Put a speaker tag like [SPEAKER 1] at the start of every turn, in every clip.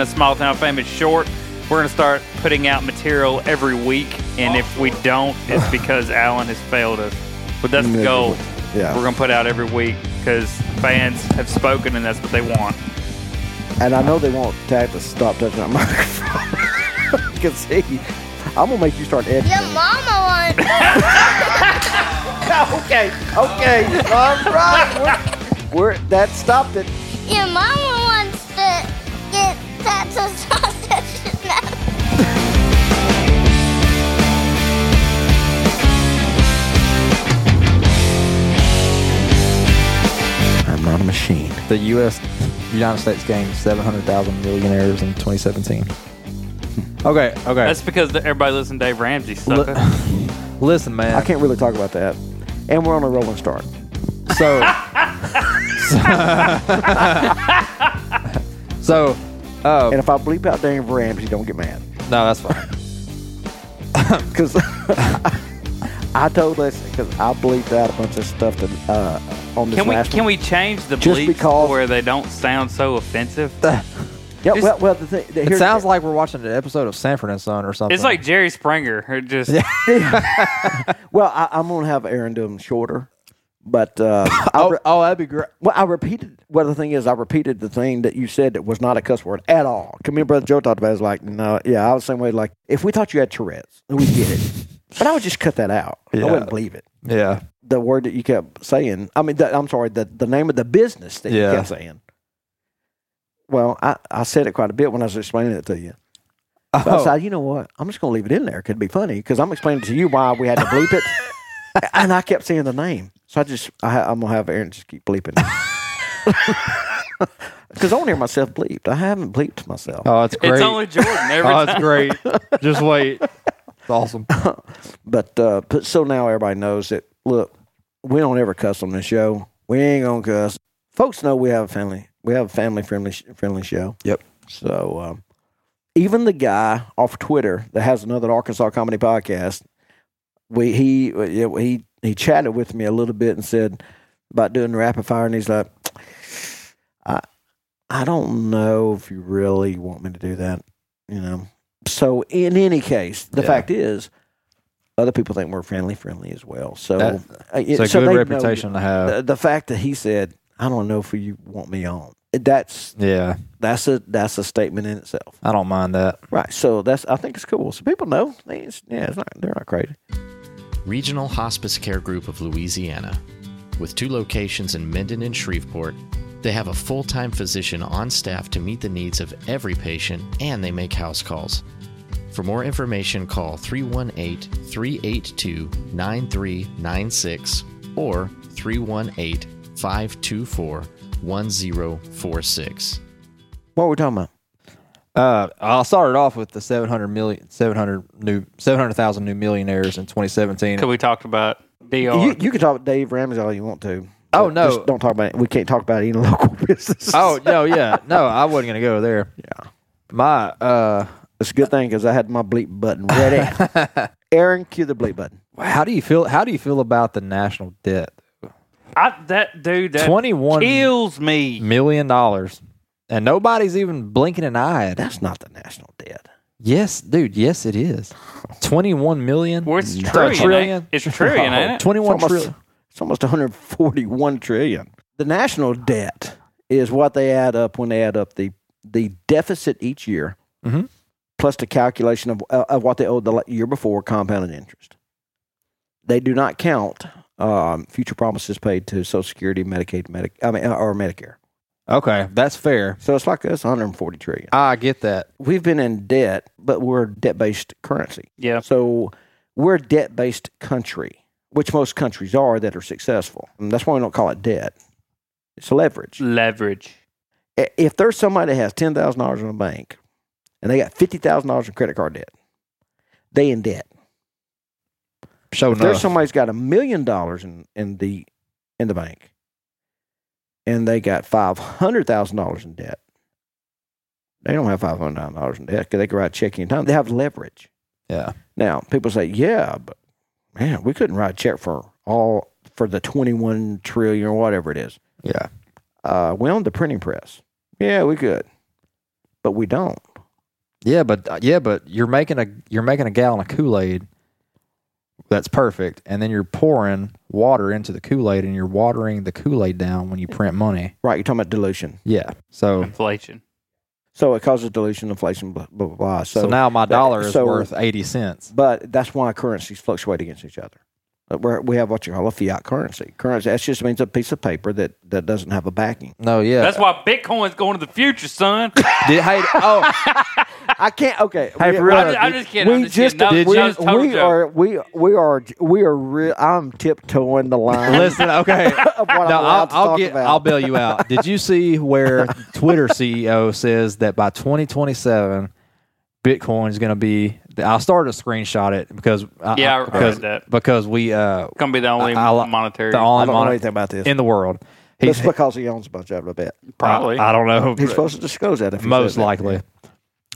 [SPEAKER 1] of Small Town Fame is short. We're going to start putting out material every week, and if we don't, it's because Alan has failed us. But that's the goal.
[SPEAKER 2] Yeah.
[SPEAKER 1] We're going to put out every week because fans have spoken, and that's what they want.
[SPEAKER 2] And I know they won't tag to stop touching my microphone. you can see. I'm gonna make you start editing.
[SPEAKER 3] Your mama wants.
[SPEAKER 2] okay, okay, all right. We're, we're that stopped it.
[SPEAKER 3] Your mama wants to get tattoo sausage now.
[SPEAKER 2] I'm not a machine.
[SPEAKER 4] The U.S. United States gained 700,000 millionaires in 2017. Hmm. Okay, okay.
[SPEAKER 1] That's because the, everybody listens to Dave Ramsey,
[SPEAKER 4] Li-
[SPEAKER 1] sucker.
[SPEAKER 4] Listen, man.
[SPEAKER 2] I can't really talk about that. And we're on a rolling start.
[SPEAKER 4] So, so, uh,
[SPEAKER 2] And if I bleep out Dave Ramsey, don't get mad.
[SPEAKER 4] no, that's fine.
[SPEAKER 2] Because I told us because I bleeped out a bunch of stuff that uh, on this
[SPEAKER 1] Can we
[SPEAKER 2] last
[SPEAKER 1] can
[SPEAKER 2] one.
[SPEAKER 1] we change the
[SPEAKER 2] Just
[SPEAKER 1] bleeps
[SPEAKER 2] because-
[SPEAKER 1] where they don't sound so offensive?
[SPEAKER 2] Yeah,
[SPEAKER 1] just-
[SPEAKER 2] well, well, the thing. the-
[SPEAKER 4] It
[SPEAKER 2] here's-
[SPEAKER 4] sounds like we're watching an episode of Sanford and Son or something.
[SPEAKER 1] It's like Jerry Springer. Or just
[SPEAKER 2] Well, I, I'm gonna have Aaron do them shorter, but uh, I,
[SPEAKER 4] oh,
[SPEAKER 2] re-
[SPEAKER 4] oh, that'd be great.
[SPEAKER 2] well, I repeated. Well, the thing is, I repeated the thing that you said that was not a cuss word at all. Come here, brother Joe talked about. It, I was like, no, yeah, I was the same way. Like, if we thought you had Tourette's, we get it, but I would just cut that out. I
[SPEAKER 4] Yeah.
[SPEAKER 2] wouldn't believe it.
[SPEAKER 4] Yeah,
[SPEAKER 2] The word that you kept saying. I mean, the, I'm sorry. The the name of the business that
[SPEAKER 4] Yeah.
[SPEAKER 2] you kept saying. Well, I, I said it quite a bit when I was explaining it to you. But I
[SPEAKER 4] Oh.
[SPEAKER 2] said, you know what? I'm just going to leave it in there. It could be funny because I'm explaining to you why we had to bleep it. and I kept saying the name. So I just, I, ha- I'm going to have Aaron just keep bleeping. Because I want to hear myself bleeped. I haven't bleeped myself.
[SPEAKER 4] Oh, it's great.
[SPEAKER 1] it's only Jordan every
[SPEAKER 4] oh, it's
[SPEAKER 1] time.
[SPEAKER 4] great. Just wait. It's awesome.
[SPEAKER 2] But, uh, but so now everybody knows that, look, we don't ever cuss on this show. We ain't going to cuss. Folks know we have a family. We have a family friendly sh- friendly show.
[SPEAKER 4] Yep.
[SPEAKER 2] So um, even the guy off Twitter that has another Arkansas comedy podcast, we he yeah, he he chatted with me a little bit and said about doing the rapid fire, and he's like, I I don't know if you really want me to do that, you know. So in any case, the
[SPEAKER 4] Yeah.
[SPEAKER 2] fact is, other people think we're friendly friendly as well. So
[SPEAKER 4] That-
[SPEAKER 2] uh, it-
[SPEAKER 4] It's a
[SPEAKER 2] so they
[SPEAKER 4] good
[SPEAKER 2] know-
[SPEAKER 4] reputation to have.
[SPEAKER 2] The, the fact that he said, I don't know if you want me on. That's
[SPEAKER 4] yeah,
[SPEAKER 2] that's a that's a statement in itself,
[SPEAKER 4] I don't mind that.
[SPEAKER 2] right? So that's I think it's cool. So people know, They- it's, yeah, it's not, they're not crazy.
[SPEAKER 5] Regional Hospice Care Group of Louisiana. With two locations in Minden and Shreveport, they have a full time physician on staff to meet the needs of every patient and they make house calls. For more information, call 318 382 9396 or 318 524 1046.
[SPEAKER 2] What were we talking about?
[SPEAKER 4] Uh, I started off with the 700 million, 700 new, 700,000 new millionaires in 2017.
[SPEAKER 1] Could we talked about Dr.
[SPEAKER 2] You, you can talk about Dave Ramsey all you want to.
[SPEAKER 4] Oh,
[SPEAKER 2] But
[SPEAKER 4] no.
[SPEAKER 2] just don't talk about it. We can't talk about any local business.
[SPEAKER 4] oh no, yeah, no, I wasn't gonna go there. Yeah, my uh,
[SPEAKER 2] it's a good thing because I had my bleep button ready. Aaron, cue the bleep button.
[SPEAKER 4] how do you feel? How do you feel about the national debt?
[SPEAKER 1] I, that dude that
[SPEAKER 4] 21
[SPEAKER 1] kills me.
[SPEAKER 4] Million dollars, and nobody's even blinking an eye at it.
[SPEAKER 2] That's not the national debt.
[SPEAKER 4] Yes, dude. Yes, it is. 21 million.
[SPEAKER 1] Well, it's
[SPEAKER 4] a
[SPEAKER 1] trillion, ain't- it's trillion, ain't it?
[SPEAKER 4] 21
[SPEAKER 2] it's almost,
[SPEAKER 4] trillion.
[SPEAKER 2] It's almost 141 trillion. The national debt is what they add up when they add up the the deficit each year,
[SPEAKER 4] Mhm.
[SPEAKER 2] plus the calculation of uh, of what they owed the la- year before compounded interest. They do not count um, future promises paid to Social Security, Medicaid, Medic, I mean, uh, or Medicare.
[SPEAKER 4] Okay, that's fair.
[SPEAKER 2] So it's like that's 140 trillion.
[SPEAKER 4] I get that.
[SPEAKER 2] We've been in debt, but we're a debt based currency.
[SPEAKER 1] Yeah.
[SPEAKER 2] So we're a debt based country, which most countries are that are successful. And that's why we don't call it debt. It's leverage.
[SPEAKER 1] Mm. Leverage.
[SPEAKER 2] I- If there's somebody that has ten thousand dollars in a bank and they got fifty thousand dollars in credit card debt, they in debt.
[SPEAKER 4] So
[SPEAKER 2] If there's somebody's got a million dollars in, in the in the bank and they got five hundred thousand dollars in debt, they don't have five hundred thousand dollars in debt because they can write a check anytime. They have leverage.
[SPEAKER 4] yeah.
[SPEAKER 2] Now, people say, yeah, but man, we couldn't write a check for all for the 21 trillion or whatever it is.
[SPEAKER 4] Yeah.
[SPEAKER 2] Uh, we own the printing press. Yeah, we could. but we don't.
[SPEAKER 4] Yeah, but uh, yeah, but you're making a you're making a gallon of Kool Aid. That's perfect, and then you're pouring water into the Kool Aid, and you're watering the Kool Aid down when you print money.
[SPEAKER 2] Right? You're talking about dilution.
[SPEAKER 4] Yeah. So
[SPEAKER 1] Inflation.
[SPEAKER 2] So it causes dilution, inflation, blah blah blah. So,
[SPEAKER 4] so, now my dollar is
[SPEAKER 2] so-
[SPEAKER 4] worth eighty cents.
[SPEAKER 2] but that's why currencies fluctuate against each other. Uh, We're, we have what you call a fiat currency. Currency that just means a piece of paper that, that doesn't have a backing.
[SPEAKER 4] No, yeah.
[SPEAKER 1] That's why Bitcoin's going to the future, son.
[SPEAKER 4] Did, hey, oh,
[SPEAKER 2] I can't. Okay,
[SPEAKER 4] Hey,
[SPEAKER 2] we-
[SPEAKER 4] for real,
[SPEAKER 2] I-
[SPEAKER 1] I'm, I'm just kidding. I'm
[SPEAKER 2] we
[SPEAKER 1] just,
[SPEAKER 2] just
[SPEAKER 1] kidding. That was-
[SPEAKER 2] we,
[SPEAKER 1] that was a total
[SPEAKER 2] we
[SPEAKER 1] joke.
[SPEAKER 2] are we we are we are real. I'm tiptoeing the line
[SPEAKER 4] listen, okay.
[SPEAKER 2] of what I'm
[SPEAKER 4] No,
[SPEAKER 2] allowed
[SPEAKER 4] I'll,
[SPEAKER 2] to
[SPEAKER 4] I'll
[SPEAKER 2] talk
[SPEAKER 4] get.
[SPEAKER 2] about.
[SPEAKER 4] I'll bail you out. Did you see where Twitter CEO says that by 2027, Bitcoin is going to be? I started to screenshot it because I,
[SPEAKER 1] Yeah, I read
[SPEAKER 4] because
[SPEAKER 1] that.
[SPEAKER 4] because we uh
[SPEAKER 1] Gonna be the only
[SPEAKER 4] I- I li-
[SPEAKER 1] monetary.
[SPEAKER 4] the
[SPEAKER 2] I
[SPEAKER 4] only
[SPEAKER 2] don't know
[SPEAKER 4] monet-
[SPEAKER 2] anything about this.
[SPEAKER 4] in the world.
[SPEAKER 2] That's
[SPEAKER 4] He's
[SPEAKER 2] because he owns a bunch of it. I bet
[SPEAKER 1] probably.
[SPEAKER 4] I, I don't know.
[SPEAKER 2] he's supposed to disclose that. If he
[SPEAKER 4] most
[SPEAKER 2] said that.
[SPEAKER 4] likely.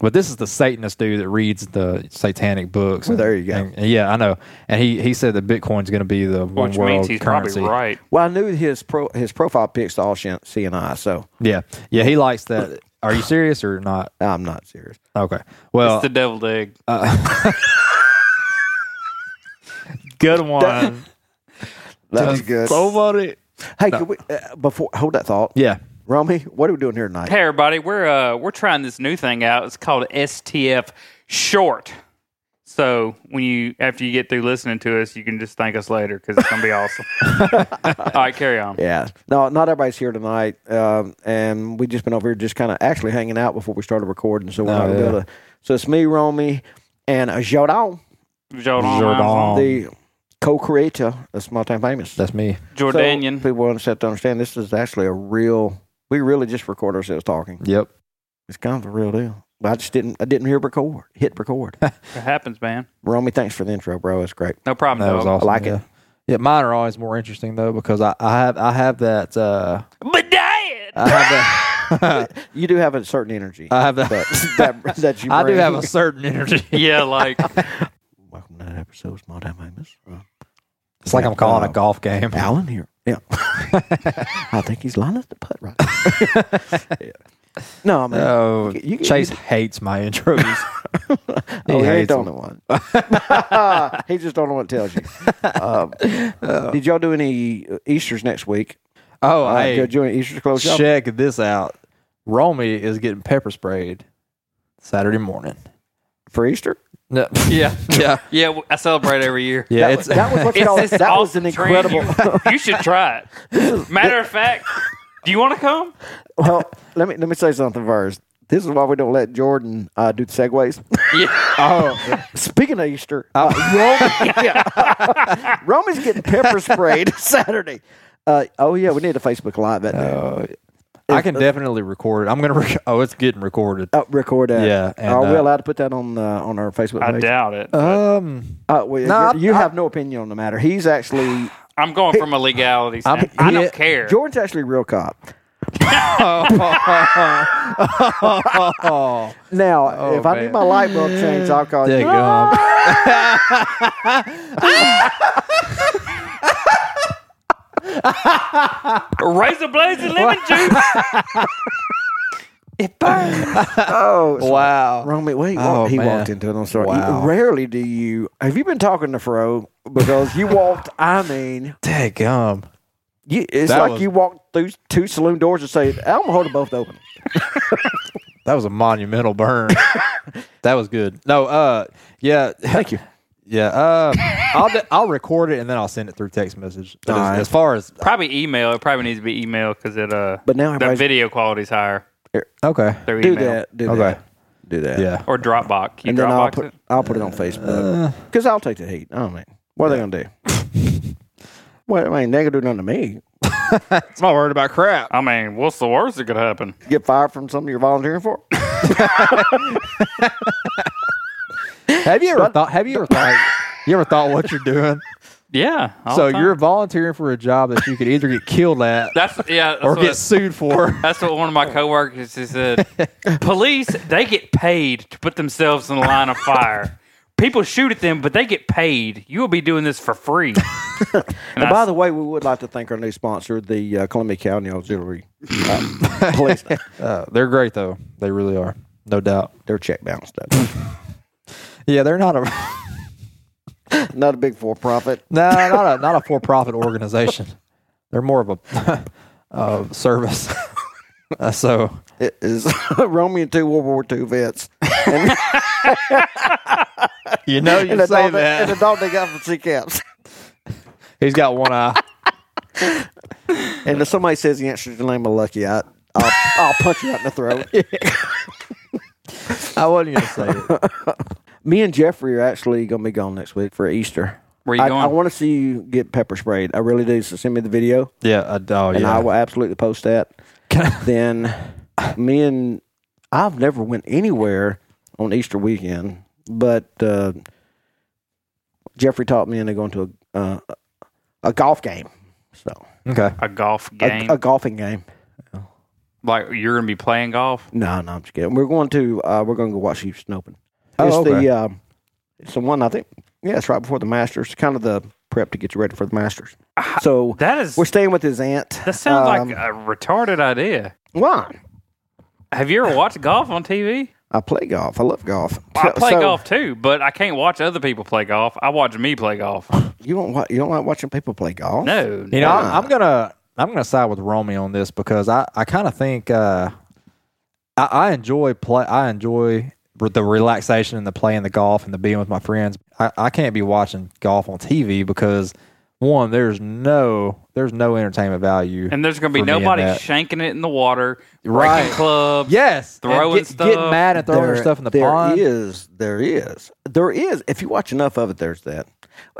[SPEAKER 4] But this is the Satanist dude that reads the satanic books.
[SPEAKER 2] Well,
[SPEAKER 4] and-
[SPEAKER 2] there you go.
[SPEAKER 4] and- and yeah, I know. And he, he said that Bitcoin's going to be the one
[SPEAKER 1] which
[SPEAKER 4] world
[SPEAKER 1] means he's
[SPEAKER 4] currency.
[SPEAKER 1] probably right.
[SPEAKER 2] Well, I knew his pro his profile pics to all CNI, so
[SPEAKER 4] Yeah, yeah, he likes that. Are you serious or not?
[SPEAKER 2] I'm not serious.
[SPEAKER 4] Okay. Well,
[SPEAKER 1] it's the deviled egg.
[SPEAKER 4] uh, good one.
[SPEAKER 2] That was good.
[SPEAKER 4] Somebody.
[SPEAKER 2] hey, could we uh, before hold that thought?
[SPEAKER 4] Yeah.
[SPEAKER 2] Romy, what are we doing here tonight?
[SPEAKER 1] Hey everybody, we're uh, we're trying this new thing out. It's called STF Short. So when you after you get through listening to us, you can just thank us later because it's gonna be awesome. All right, carry on.
[SPEAKER 2] Yeah, no, not everybody's here tonight, um, and we just been over here just kind of actually hanging out before we started recording. So we're
[SPEAKER 4] Oh,
[SPEAKER 2] not
[SPEAKER 4] yeah.
[SPEAKER 2] gonna. So it's me, Romy, and uh, Jordan,
[SPEAKER 1] Jordan,
[SPEAKER 4] Jordan.
[SPEAKER 2] the co-creator of Small Time Famous.
[SPEAKER 4] Um, That's me.
[SPEAKER 2] So
[SPEAKER 1] Jordanian.
[SPEAKER 2] people want to understand this is actually a real. We really just record ourselves talking.
[SPEAKER 4] Yep.
[SPEAKER 2] It's kind of a real deal. But I just didn't. I didn't hear record. Hit record.
[SPEAKER 1] it happens, man.
[SPEAKER 2] Romy, thanks for the intro, bro. It's great.
[SPEAKER 1] No problem.
[SPEAKER 4] That was
[SPEAKER 1] dog.
[SPEAKER 4] awesome.
[SPEAKER 2] like
[SPEAKER 4] yeah.
[SPEAKER 2] it.
[SPEAKER 4] Yeah, mine are always more interesting though because I, I have I have that uh
[SPEAKER 1] But diet.
[SPEAKER 4] I have that
[SPEAKER 2] You do have a certain energy.
[SPEAKER 4] I have that,
[SPEAKER 2] that, that, that you
[SPEAKER 4] I do
[SPEAKER 2] bring.
[SPEAKER 4] have a certain energy.
[SPEAKER 1] yeah, like
[SPEAKER 2] Welcome to that episode of Small Time Famous. Uh,
[SPEAKER 4] It's like I'm calling a golf game.
[SPEAKER 2] Alan here. Yeah. I think he's lining up the putt right now. yeah. No, I mean,
[SPEAKER 4] Oh,
[SPEAKER 2] You- you-
[SPEAKER 4] Chase hates my intros. he
[SPEAKER 2] oh, he ain't
[SPEAKER 4] hates
[SPEAKER 2] don't
[SPEAKER 4] them.
[SPEAKER 2] know one. he just don't know what tells you. Um, did y'all do any uh, Easter's next week?
[SPEAKER 4] Oh,
[SPEAKER 2] Uh,
[SPEAKER 4] hey,
[SPEAKER 2] did y'all do any Easter's close shop?
[SPEAKER 4] check this out. Romy is getting pepper sprayed Saturday morning.
[SPEAKER 2] for Easter?
[SPEAKER 4] No, yeah, yeah,
[SPEAKER 1] yeah, w- I celebrate every year.
[SPEAKER 4] yeah.
[SPEAKER 2] That,
[SPEAKER 4] it's
[SPEAKER 2] was- that was what
[SPEAKER 1] It's
[SPEAKER 2] y'all,
[SPEAKER 1] this
[SPEAKER 2] that was
[SPEAKER 1] awesome
[SPEAKER 2] an
[SPEAKER 1] trend.
[SPEAKER 2] incredible.
[SPEAKER 1] You, you should try it. Matter of fact, do you want to come?
[SPEAKER 2] well, let me let me say something first. This is why we don't let Jordan uh, do the segues. Uh,
[SPEAKER 1] Yeah.
[SPEAKER 4] oh,
[SPEAKER 2] Speaking of Easter, uh, Romy, yeah. Romy's getting pepper sprayed Saturday. Uh, oh yeah, we need a Facebook Live that day.
[SPEAKER 4] Oh. I can definitely record. it. I'm gonna. Rec- oh, it's getting recorded.
[SPEAKER 2] Uh, record that.
[SPEAKER 4] Yeah, and,
[SPEAKER 2] Are we
[SPEAKER 4] uh,
[SPEAKER 2] allowed to put that on uh, on our Facebook
[SPEAKER 1] I
[SPEAKER 2] page?
[SPEAKER 1] doubt it.
[SPEAKER 4] Um,
[SPEAKER 2] Uh, well,
[SPEAKER 4] No,
[SPEAKER 2] you you have no opinion on the matter. He's actually
[SPEAKER 1] I'm going from a legality standpoint. I
[SPEAKER 4] yeah.
[SPEAKER 1] don't care.
[SPEAKER 2] Jordan's actually a real cop. now, if I need
[SPEAKER 4] Oh, man.
[SPEAKER 2] my light bulb changed, I'll call
[SPEAKER 4] there you
[SPEAKER 2] you.
[SPEAKER 4] go.
[SPEAKER 1] Razor blades and lemon juice. it burns.
[SPEAKER 2] Oh, so-
[SPEAKER 4] Wow.
[SPEAKER 2] Romy, wait,
[SPEAKER 4] Oh,
[SPEAKER 2] he
[SPEAKER 4] man.
[SPEAKER 2] walked into it. I'm sorry. You-
[SPEAKER 4] Wow.
[SPEAKER 2] rarely do you. Have you been talking to Fro? Because you walked. I mean,
[SPEAKER 4] Dang um, gum.
[SPEAKER 2] you, it's
[SPEAKER 4] That
[SPEAKER 2] like
[SPEAKER 4] was-
[SPEAKER 2] you walked through two saloon doors and say, "I'm gonna hold them both open."
[SPEAKER 4] That was a monumental burn. that was good. No. Uh. Yeah.
[SPEAKER 2] Thank you.
[SPEAKER 4] Yeah. Uh. I'll de- I'll record it and then I'll send it through text message. But as,
[SPEAKER 2] Alright.
[SPEAKER 4] as far as
[SPEAKER 1] Probably email. It probably needs to be email because it uh.
[SPEAKER 2] But now
[SPEAKER 1] the
[SPEAKER 2] everybody's-
[SPEAKER 1] video quality's higher
[SPEAKER 4] okay.
[SPEAKER 1] through
[SPEAKER 2] Do
[SPEAKER 1] email
[SPEAKER 2] that. Do
[SPEAKER 4] Okay.
[SPEAKER 2] that. Do that.
[SPEAKER 4] Yeah.
[SPEAKER 1] or Dropbox. Can You
[SPEAKER 2] And then I'll
[SPEAKER 1] Dropbox
[SPEAKER 2] put
[SPEAKER 1] it.
[SPEAKER 2] I'll put it on Facebook because I'll take the heat. I mean, what are they gonna do? well, I mean, they gonna do nothing to me.
[SPEAKER 4] I'm not worried about crap.
[SPEAKER 1] I mean, what's the worst that could happen?
[SPEAKER 2] Get fired from something you're volunteering for.
[SPEAKER 4] Have you ever thought? Have you ever thought? You ever thought what you're doing?
[SPEAKER 1] Yeah. all
[SPEAKER 4] So
[SPEAKER 1] the time.
[SPEAKER 4] you're volunteering for a job that you could either get killed at
[SPEAKER 1] That's yeah. That's
[SPEAKER 4] or
[SPEAKER 1] what,
[SPEAKER 4] get sued for.
[SPEAKER 1] that's what one of my coworkers he said. Police they get paid to put themselves in the line of fire. People shoot at them, but they get paid. You will be doing this for free. And
[SPEAKER 2] And
[SPEAKER 1] I
[SPEAKER 2] by
[SPEAKER 1] s-
[SPEAKER 2] the way, we would like to thank our new sponsor, the uh, Columbia County Auxiliary uh, Police.
[SPEAKER 4] Uh, they're great though. They really are. no doubt.
[SPEAKER 2] Their check bounced up.
[SPEAKER 4] Yeah, they're not a
[SPEAKER 2] Not a big for profit.
[SPEAKER 4] No, not a not a for profit organization. They're more of a uh, service. Uh, so
[SPEAKER 2] It is Romeo two World War II vets. And,
[SPEAKER 4] you know you
[SPEAKER 2] and, the dog they, and the dog they got from sea caps.
[SPEAKER 4] He's got one eye.
[SPEAKER 2] And if somebody says the answer to the name of Lucky, I I'll, I'll punch you out in the throat.
[SPEAKER 4] I wasn't gonna say it.
[SPEAKER 2] Me and Jeffrey are actually gonna be gone next week for Easter.
[SPEAKER 1] Where you
[SPEAKER 2] I,
[SPEAKER 1] going?
[SPEAKER 2] I want to see you get pepper sprayed. I really do. So send me the video,
[SPEAKER 4] Yeah, uh, oh,
[SPEAKER 2] and I
[SPEAKER 4] yeah.
[SPEAKER 2] will absolutely post that. then me and I've never went anywhere on Easter weekend, but uh, Jeffrey taught me into going to a uh, a golf game. So
[SPEAKER 4] okay.
[SPEAKER 1] a golf
[SPEAKER 2] a-
[SPEAKER 1] game.
[SPEAKER 2] A, golfing game.
[SPEAKER 1] like you're gonna be playing golf.
[SPEAKER 2] No, no, I'm just kidding. We're going to uh, we're going to go watch Houston Open.
[SPEAKER 4] Oh,
[SPEAKER 2] it's
[SPEAKER 4] okay.
[SPEAKER 2] the um, it's the one I think. Yeah, it's right before the Masters. Kind of the prep to get you ready for the Masters. So
[SPEAKER 1] Ah, That is
[SPEAKER 2] we're staying with his aunt.
[SPEAKER 1] that sounds
[SPEAKER 2] Um,
[SPEAKER 1] like a retarded idea.
[SPEAKER 2] why?
[SPEAKER 1] Have you ever watched golf on TV?
[SPEAKER 2] I play golf. I love golf.
[SPEAKER 1] I play
[SPEAKER 2] So,
[SPEAKER 1] golf too, but I can't watch other people play golf. I watch me play golf.
[SPEAKER 2] You don't wa- you don't like watching people play golf?
[SPEAKER 1] No,
[SPEAKER 4] You know, I, I'm gonna I'm gonna side with Romeo on this because I I kind of think uh, I, I enjoy play I enjoy re- the relaxation and the playing the golf and the being with my friends. I, I can't be watching golf on TV because one there's no there's no entertainment value
[SPEAKER 1] and there's gonna be
[SPEAKER 4] for me in
[SPEAKER 1] nobody
[SPEAKER 4] that.
[SPEAKER 1] shanking it in the water, breaking
[SPEAKER 4] Right.
[SPEAKER 1] clubs.
[SPEAKER 4] yes and
[SPEAKER 1] throwing
[SPEAKER 4] get, getting
[SPEAKER 1] stuff.
[SPEAKER 4] mad and throwing their stuff in the
[SPEAKER 2] there
[SPEAKER 4] pond.
[SPEAKER 2] is- there is, there is. If you watch enough of it, there's that.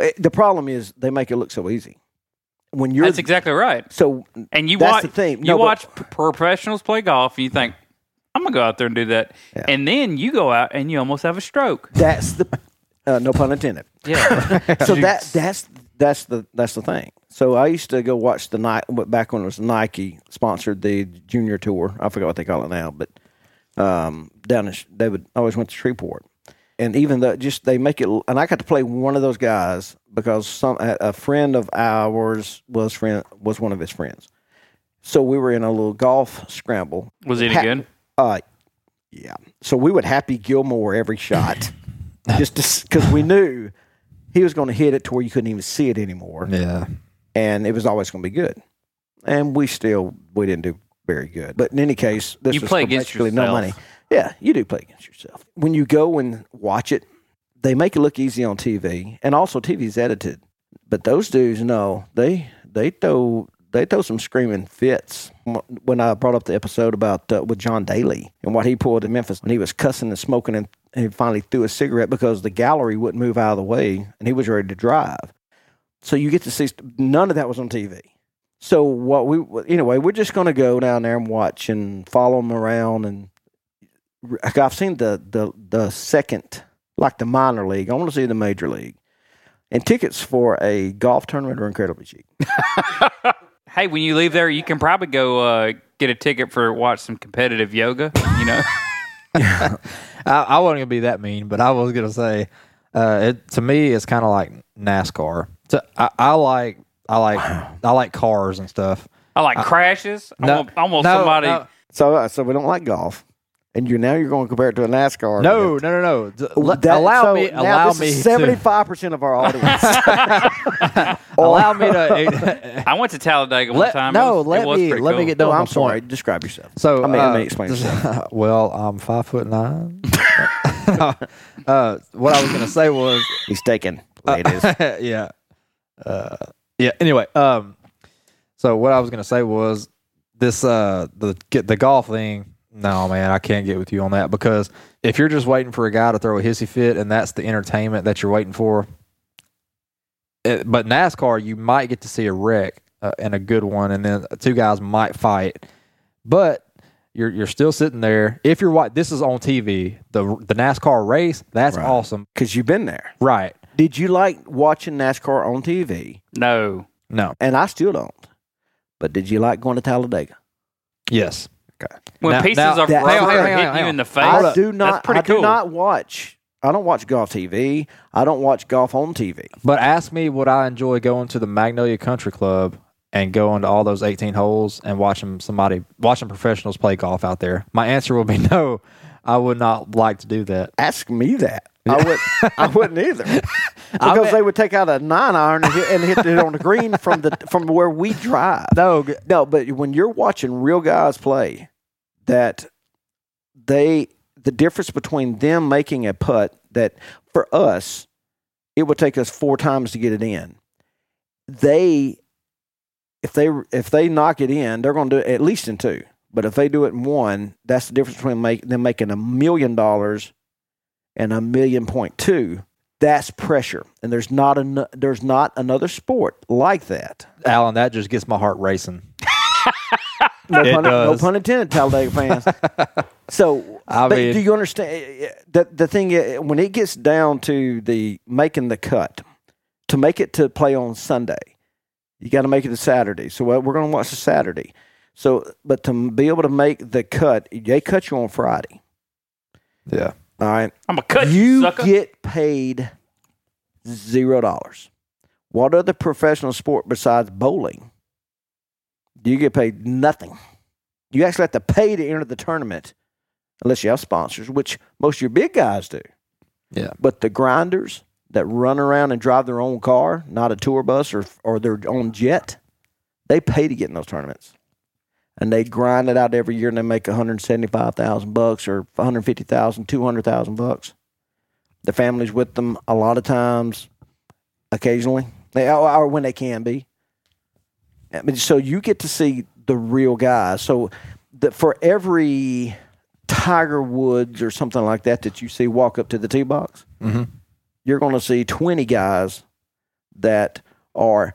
[SPEAKER 2] Eh, the problem is they make it look so easy. When you're
[SPEAKER 1] That's exactly right.
[SPEAKER 2] so
[SPEAKER 1] And you
[SPEAKER 2] That's
[SPEAKER 1] watch
[SPEAKER 2] the thing.
[SPEAKER 1] you
[SPEAKER 2] No, but-
[SPEAKER 1] watch p- professionals play golf, and you think, "I'm gonna go out there and do that,"
[SPEAKER 2] Yeah.
[SPEAKER 1] and then you go out and you almost have a stroke.
[SPEAKER 2] that's the uh, no pun intended.
[SPEAKER 1] Yeah,
[SPEAKER 2] so that that's that's the that's the thing. So I used to go watch the night back when it was Nike sponsored the junior tour. I forgot what they call it now, but um, down in Sh- they would I always went to Shreveport, and even though just they make it, and I got to play one of those guys because some a a friend of ours was friend was one of his friends. So we were in a little golf scramble.
[SPEAKER 1] was it
[SPEAKER 2] Ha-
[SPEAKER 1] good?
[SPEAKER 2] Uh, yeah. So we would Happy Gilmore every shot, just because we knew he was going to hit it to where you couldn't even see it anymore,
[SPEAKER 4] Yeah.
[SPEAKER 2] and it was always going to be good. And we still we didn't do very good. But in any case, this
[SPEAKER 1] You
[SPEAKER 2] was
[SPEAKER 1] play
[SPEAKER 2] for
[SPEAKER 1] against
[SPEAKER 2] basically no
[SPEAKER 1] yourself.
[SPEAKER 2] money. Yeah, you do play against yourself when you go and watch it. They make it look easy on TV, and also TV's edited. But those dudes, no, they they throw they throw some screaming fits. When I brought up the episode about uh, with John Daly and what he pulled in Memphis, when he was cussing and smoking, and, and he finally threw a cigarette because the gallery wouldn't move out of the way, and he was ready to drive. So you get to see st- none of that was on TV. So what we anyway, we're just going to go down there and watch and follow them around and like, I've seen the the the second like the minor league. I want to see the major league. And tickets for a golf tournament are incredibly cheap.
[SPEAKER 1] Hey, when you leave there, you can probably go uh, get a ticket for watch some competitive yoga. You know,
[SPEAKER 4] I, I wasn't gonna be that mean, but I was gonna say, uh, it, to me, it's kind of like NASCAR. So I, I like, I like, I like cars and stuff.
[SPEAKER 1] I
[SPEAKER 2] Uh,
[SPEAKER 1] like crashes. I
[SPEAKER 4] no,
[SPEAKER 1] want, I want
[SPEAKER 4] no,
[SPEAKER 1] somebody.
[SPEAKER 4] no.
[SPEAKER 2] So uh, so we don't like golf. And you're now you're going to compare it to a NASCAR.
[SPEAKER 4] No, no, no, no. D-
[SPEAKER 2] Well,
[SPEAKER 4] let-
[SPEAKER 2] that-
[SPEAKER 4] allow
[SPEAKER 2] so
[SPEAKER 4] me,
[SPEAKER 2] now
[SPEAKER 4] allow
[SPEAKER 2] this
[SPEAKER 4] me,
[SPEAKER 2] is
[SPEAKER 4] to,
[SPEAKER 2] 75% of our audience. oh,
[SPEAKER 4] allow me to.
[SPEAKER 1] I went to Talladega one
[SPEAKER 4] let,
[SPEAKER 1] time. It
[SPEAKER 4] no,
[SPEAKER 1] was- it
[SPEAKER 4] let
[SPEAKER 1] was
[SPEAKER 4] me,
[SPEAKER 1] pretty
[SPEAKER 4] let me
[SPEAKER 1] cool.
[SPEAKER 4] get done.
[SPEAKER 2] no,
[SPEAKER 4] with my
[SPEAKER 2] I'm
[SPEAKER 4] point.
[SPEAKER 2] sorry. Describe yourself.
[SPEAKER 4] So
[SPEAKER 2] I mean,
[SPEAKER 4] uh,
[SPEAKER 2] I mean explain yourself.
[SPEAKER 4] well, I'm five foot nine. uh, what I was gonna say was.
[SPEAKER 2] He's taken, ladies.
[SPEAKER 4] yeah. Uh, yeah. Anyway, um, so what I was gonna say was this uh the get the golf thing. No man, I can't get with you on that because if you're just waiting for a guy to throw a hissy fit and that's the entertainment that you're waiting for, it, but NASCAR you might get to see a wreck uh, and a good one, and then two guys might fight, but you're you're still sitting there. If you're what this is on TV, the the NASCAR race that's
[SPEAKER 2] Right.
[SPEAKER 4] awesome,
[SPEAKER 2] Because you've been there.
[SPEAKER 4] right?
[SPEAKER 2] Did you like watching NASCAR on TV?
[SPEAKER 1] no.
[SPEAKER 4] No,
[SPEAKER 2] And I still don't. But did you like going to Talladega?
[SPEAKER 4] yes.
[SPEAKER 1] When
[SPEAKER 4] Now-
[SPEAKER 1] pieces
[SPEAKER 4] now-
[SPEAKER 1] of
[SPEAKER 2] that-
[SPEAKER 1] rubber
[SPEAKER 2] hang on, hang on,
[SPEAKER 1] hit
[SPEAKER 4] hang on,
[SPEAKER 1] you
[SPEAKER 4] hang
[SPEAKER 1] in
[SPEAKER 4] on.
[SPEAKER 1] the face,
[SPEAKER 2] I do not.
[SPEAKER 1] That's pretty
[SPEAKER 2] I
[SPEAKER 1] cool.
[SPEAKER 2] do not watch. I don't watch golf TV. I don't watch golf on TV.
[SPEAKER 4] But ask me would I enjoy going to the Magnolia Country Club and going to all those 18 holes and watching somebody watching professionals play golf out there? My answer will be no. I would not like to do that.
[SPEAKER 2] Ask me that. I would. I wouldn't either, because they would take out a nine iron and hit, and hit it on the green from the from where we drive.
[SPEAKER 4] No,
[SPEAKER 2] No, but when you're watching real guys play, that they the difference between them making a putt that for us it would take us four times to get it in. They if they if they knock it in, they're going to do it at least in two. But if they do it in one, that's the difference between make, them making a million dollars and a million point two. That's pressure, and there's not an, there's not another sport like that.
[SPEAKER 4] Alan, that just gets my heart racing.
[SPEAKER 2] No
[SPEAKER 4] It
[SPEAKER 2] pun, no
[SPEAKER 4] does.
[SPEAKER 2] pun intended, Talladega fans. so,
[SPEAKER 4] I
[SPEAKER 2] but
[SPEAKER 4] mean-
[SPEAKER 2] do you understand that the thing is, when it gets down to the making the cut to make it to play on Sunday, you got to make it to Saturday. So what- we're going to watch the Saturday. So, but to be able to make the cut, they cut you on Friday.
[SPEAKER 4] Yeah.
[SPEAKER 2] All right,
[SPEAKER 1] I'm a cut you
[SPEAKER 2] you
[SPEAKER 1] sucker.
[SPEAKER 2] get paid zero dollars. What other professional sport besides bowling do you get paid nothing? You actually have to pay to enter the tournament unless you have sponsors, which most of your big guys do.
[SPEAKER 4] Yeah.
[SPEAKER 2] But the grinders that run around and drive their own car, not a tour bus or, or their own jet, they pay to get in those tournaments. And they grind it out every year and they make 175,000 bucks or 150,000, 200,000 bucks. The family's with them a lot of times, occasionally, they, or, or when they can be. I mean, so you get to see the real guys. So the, for every Tiger Woods or something like that that you see walk up to the tee box, you're going to see 20 guys that are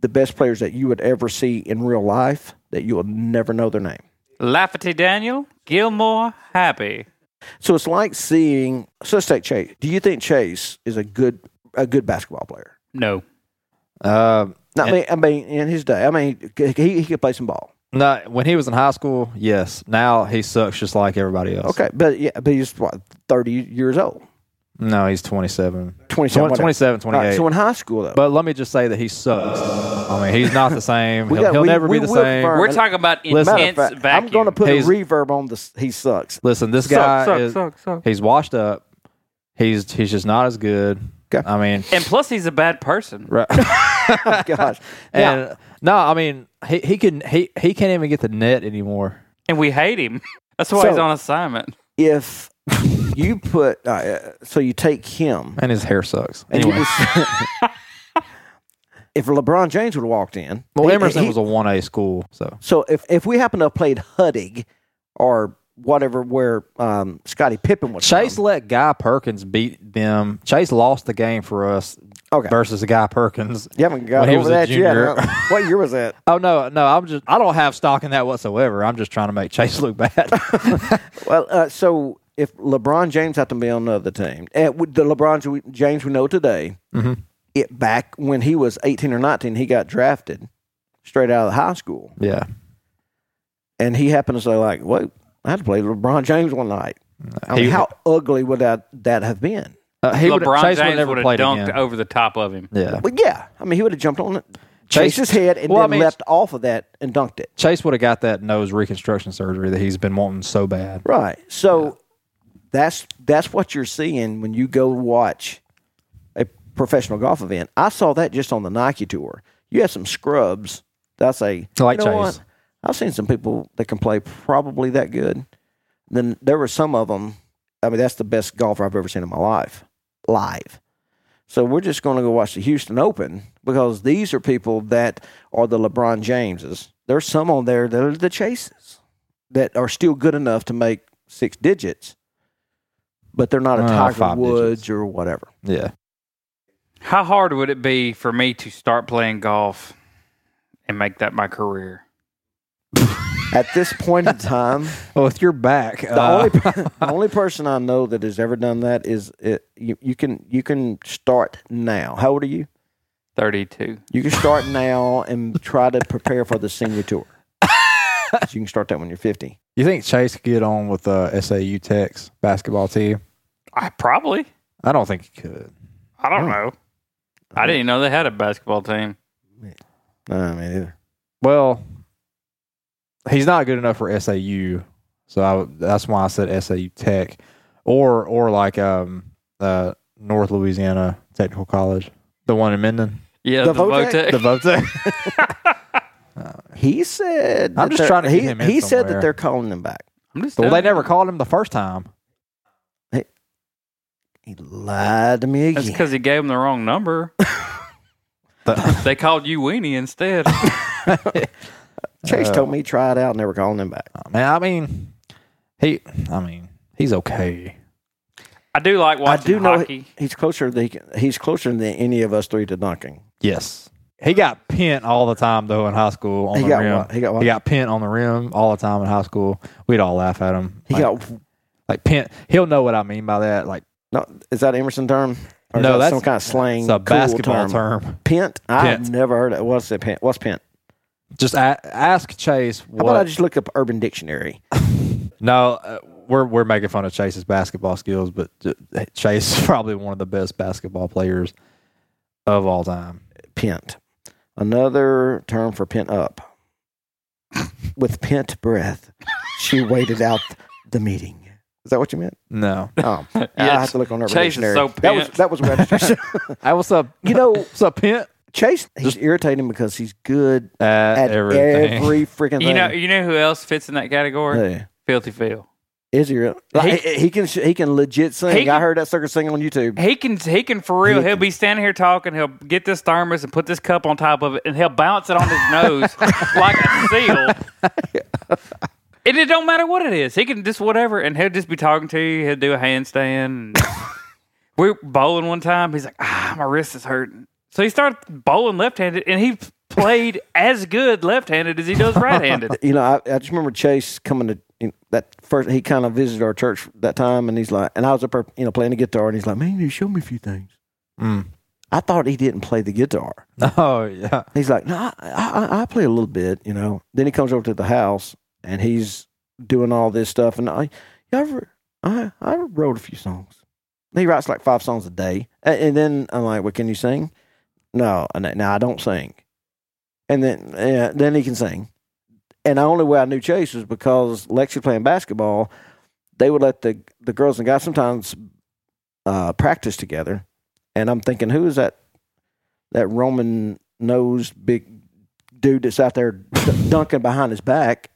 [SPEAKER 2] the best players that you would ever see in real life that you will never know their name.
[SPEAKER 1] Lafferty Daniel, Gilmore, Happy.
[SPEAKER 2] So it's like seeing. So let's take Chase. Do you think Chase is a good a good basketball player?
[SPEAKER 1] No.
[SPEAKER 4] Uh,
[SPEAKER 2] No, I mean, I mean, in his day, I mean, he he could play some ball.
[SPEAKER 4] no, when he was in high school, yes. Now he sucks just like everybody else.
[SPEAKER 2] Okay, but yeah, but he's what thirty years old,
[SPEAKER 4] No, he's 27.
[SPEAKER 2] 27, whatever.
[SPEAKER 4] 27,
[SPEAKER 2] All right,
[SPEAKER 4] 28.
[SPEAKER 2] so in high school though,
[SPEAKER 4] But let me just say that he sucks. I mean, he's not the same.
[SPEAKER 2] We
[SPEAKER 4] He'll,
[SPEAKER 2] got-
[SPEAKER 4] he'll
[SPEAKER 2] we-
[SPEAKER 4] never
[SPEAKER 2] we
[SPEAKER 4] be the
[SPEAKER 2] will
[SPEAKER 4] same.
[SPEAKER 2] firm-
[SPEAKER 1] We're talking about
[SPEAKER 4] Listen- Matter of
[SPEAKER 1] intense
[SPEAKER 2] Matter of fact,
[SPEAKER 1] vacuum.
[SPEAKER 2] I'm going to put a
[SPEAKER 4] He's-
[SPEAKER 2] reverb on this. He sucks.
[SPEAKER 4] Listen, this
[SPEAKER 1] Suck,
[SPEAKER 4] guy
[SPEAKER 1] suck,
[SPEAKER 4] is
[SPEAKER 1] suck, suck.
[SPEAKER 4] he's washed up. He's he's just not as good.
[SPEAKER 2] Okay.
[SPEAKER 4] I mean,
[SPEAKER 1] and plus, he's a bad person.
[SPEAKER 4] right.
[SPEAKER 2] Gosh,
[SPEAKER 4] and no, I mean he he can he he can't even get the net anymore.
[SPEAKER 1] And we hate him. That's why
[SPEAKER 2] So-
[SPEAKER 1] he's on assignment.
[SPEAKER 2] if you put uh, so you take him
[SPEAKER 4] And his hair sucks.
[SPEAKER 2] and
[SPEAKER 4] Anyway,
[SPEAKER 2] you just- if LeBron James would have walked in,
[SPEAKER 4] well,
[SPEAKER 2] he-
[SPEAKER 4] Emerson
[SPEAKER 2] he-
[SPEAKER 4] was a one A school, so
[SPEAKER 2] So if if we happen to have played Huddig or whatever, where um, Scottie Pippen was
[SPEAKER 4] Chase
[SPEAKER 2] from,
[SPEAKER 4] let Guy Perkins beat them. Chase lost the game for us
[SPEAKER 2] Okay.
[SPEAKER 4] versus Guy Perkins.
[SPEAKER 2] you haven't got
[SPEAKER 4] when he
[SPEAKER 2] over
[SPEAKER 4] was a
[SPEAKER 2] that yet.
[SPEAKER 4] junior.
[SPEAKER 2] huh? what year was that?
[SPEAKER 4] Oh no, no, I'm just I don't have stock in that whatsoever. I'm just trying to make Chase look bad.
[SPEAKER 2] Well, uh, so if LeBron James had to be on another team, uh, with the LeBron Ju- James we know today, it back when he was eighteen or nineteen, he got drafted straight out of high school,
[SPEAKER 4] yeah.
[SPEAKER 2] and he happened to say like, "Whoa, I had to play LeBron James one night." I mean,
[SPEAKER 4] He-
[SPEAKER 2] how ugly would that that have been?
[SPEAKER 4] Uh, he would
[SPEAKER 1] LeBron
[SPEAKER 4] Chase would
[SPEAKER 1] James
[SPEAKER 4] never
[SPEAKER 1] would have
[SPEAKER 4] played
[SPEAKER 1] dunked
[SPEAKER 4] again.
[SPEAKER 1] over the top of him.
[SPEAKER 4] Yeah.
[SPEAKER 2] Well, yeah, I mean, he would have jumped on
[SPEAKER 4] Chase-
[SPEAKER 2] Chase's head and
[SPEAKER 4] Well, I
[SPEAKER 2] then
[SPEAKER 4] mean-
[SPEAKER 2] leapt off of that and dunked it.
[SPEAKER 4] Chase would have got that nose reconstruction surgery that he's been wanting so bad.
[SPEAKER 2] Right. So that's that's what you're seeing when you go watch a professional golf event. I saw that just on the Nike tour. You have some scrubs. That I say,
[SPEAKER 4] Like
[SPEAKER 2] you know
[SPEAKER 4] Chase.
[SPEAKER 2] what? I've seen some people that can play probably that good. Then there were some of them. I mean, that's the best golfer I've ever seen in my life, live. So we're just going to go watch the Houston Open because these are people that are the LeBron Jameses. There's some on there that are the Chases that are still good enough to make six digits, but they're not a
[SPEAKER 4] Uh,
[SPEAKER 2] Tiger
[SPEAKER 4] five
[SPEAKER 2] Woods
[SPEAKER 4] digits.
[SPEAKER 2] or whatever.
[SPEAKER 4] Yeah.
[SPEAKER 1] How hard would it be for me to start playing golf and make that my career?
[SPEAKER 2] At this point in time,
[SPEAKER 4] Well, if you're back,
[SPEAKER 2] the
[SPEAKER 4] uh,
[SPEAKER 2] only the only person I know that has ever done that is it, you, you can you can start now. How old are you?
[SPEAKER 1] 32.
[SPEAKER 2] You can start now and try to prepare for the senior tour. so you can start that when you're 50.
[SPEAKER 4] you think Chase could get on with uh, SAU Tech's basketball team?
[SPEAKER 1] I probably.
[SPEAKER 4] I don't think he could.
[SPEAKER 1] I
[SPEAKER 4] Hmm.
[SPEAKER 1] don't know. I didn't even know they had a basketball team.
[SPEAKER 2] No, I mean, either.
[SPEAKER 4] Well, he's not good enough for SAU So I, that's why I said SAU Tech, or or like um uh North Louisiana Technical College, the one in Minden,
[SPEAKER 1] Yeah,
[SPEAKER 2] The
[SPEAKER 1] the,
[SPEAKER 2] Votech?
[SPEAKER 1] Votech.
[SPEAKER 4] the Votech.
[SPEAKER 2] He said.
[SPEAKER 4] I'm
[SPEAKER 2] that
[SPEAKER 4] just
[SPEAKER 2] they're-
[SPEAKER 4] trying to
[SPEAKER 2] He,
[SPEAKER 4] get him in
[SPEAKER 2] he said that
[SPEAKER 4] somewhere.
[SPEAKER 2] they're calling him back.
[SPEAKER 1] I'm just
[SPEAKER 4] well, they
[SPEAKER 1] telling you.
[SPEAKER 4] never called him the first time.
[SPEAKER 2] He lied to me
[SPEAKER 1] That's
[SPEAKER 2] again.
[SPEAKER 1] because he gave them the wrong number.
[SPEAKER 4] The-
[SPEAKER 1] They called you Weenie instead.
[SPEAKER 2] Chase
[SPEAKER 4] Uh,
[SPEAKER 2] told me he tried out and they were calling him back.
[SPEAKER 4] man, I mean, he, I mean, he's okay.
[SPEAKER 1] I do like
[SPEAKER 2] I
[SPEAKER 1] watching
[SPEAKER 2] do know
[SPEAKER 1] hockey.
[SPEAKER 2] he- he's closer. Than he can- he's closer than any of us three to dunking.
[SPEAKER 4] Yes, he got pent all the time though in high school. On
[SPEAKER 2] He
[SPEAKER 4] the
[SPEAKER 2] got,
[SPEAKER 4] rim.
[SPEAKER 2] what, he got what?
[SPEAKER 4] He got pent on the rim all the time in high school. We'd all laugh at him.
[SPEAKER 2] He
[SPEAKER 4] like,
[SPEAKER 2] got-
[SPEAKER 4] like pent. He'll know what I mean by that. Like
[SPEAKER 2] no. Is that Emerson term? Or is
[SPEAKER 4] No,
[SPEAKER 2] that
[SPEAKER 4] that's-
[SPEAKER 2] some kind of slang.
[SPEAKER 4] it's
[SPEAKER 2] cool
[SPEAKER 4] a basketball term.
[SPEAKER 2] Pent. I've
[SPEAKER 4] Pent.
[SPEAKER 2] never heard of. What's it? Pent. What's pent?
[SPEAKER 4] Just a- ask Chase
[SPEAKER 2] How about I
[SPEAKER 4] what.
[SPEAKER 2] just look up Urban Dictionary?
[SPEAKER 4] no, uh, we're we're making fun of Chase's basketball skills, but uh, Chase is probably one of the best basketball players of all time.
[SPEAKER 2] Pent. Another term for pent up. With pent breath, she waited out the meeting. Is that what you meant?
[SPEAKER 4] No,
[SPEAKER 2] Oh, I have to look on Urban
[SPEAKER 1] Chase is
[SPEAKER 2] Dictionary.
[SPEAKER 1] so
[SPEAKER 2] that was
[SPEAKER 1] pent.
[SPEAKER 2] that was Webster's.
[SPEAKER 4] I was up.
[SPEAKER 2] you know,
[SPEAKER 4] What's up, Pent?
[SPEAKER 2] Chase. He's irritating because he's good
[SPEAKER 4] At,
[SPEAKER 2] at
[SPEAKER 4] everything.
[SPEAKER 2] every freaking thing.
[SPEAKER 1] You know, you know who else fits in that category?
[SPEAKER 2] Yeah.
[SPEAKER 1] Filthy Phil.
[SPEAKER 2] Is he real? Like, he, he can he can legit sing.
[SPEAKER 1] He
[SPEAKER 2] I
[SPEAKER 1] can-
[SPEAKER 2] heard that sucker sing on YouTube.
[SPEAKER 1] He can, he can for real. He will be standing here talking. He'll get this thermos and put this cup on top of it, and he'll bounce it on his nose like a seal. And it don't matter what it is. He can just whatever, and he'll just be talking to you. He'll do a handstand. we were bowling one time. He's like, ah, my wrist is hurting. So he started bowling left-handed, and he played as good left-handed as he does right-handed.
[SPEAKER 2] You know, I, I just remember Chase coming to you know, that first. He kind of visited our church that time, and he's like, and I was up there, you know, playing the guitar, and he's like, "Man, you show me a few things."
[SPEAKER 4] Mm.
[SPEAKER 2] I thought he didn't play the guitar.
[SPEAKER 4] Oh yeah.
[SPEAKER 2] He's like, "No, I, I, I play a little bit," you know. Then he comes over to the house, and he's doing all this stuff, and I, yeah, I, wr- I, I wrote a few songs. He writes like five songs a day, and, and then I'm like, "What can you sing?" No, and now I don't sing. And then, yeah, then he can sing. And the only way I knew Chase was because Lexi playing basketball, they would let the the girls and guys sometimes uh, practice together. And I'm thinking, who is that? That Roman nosed big dude that's out there d- dunking behind his back.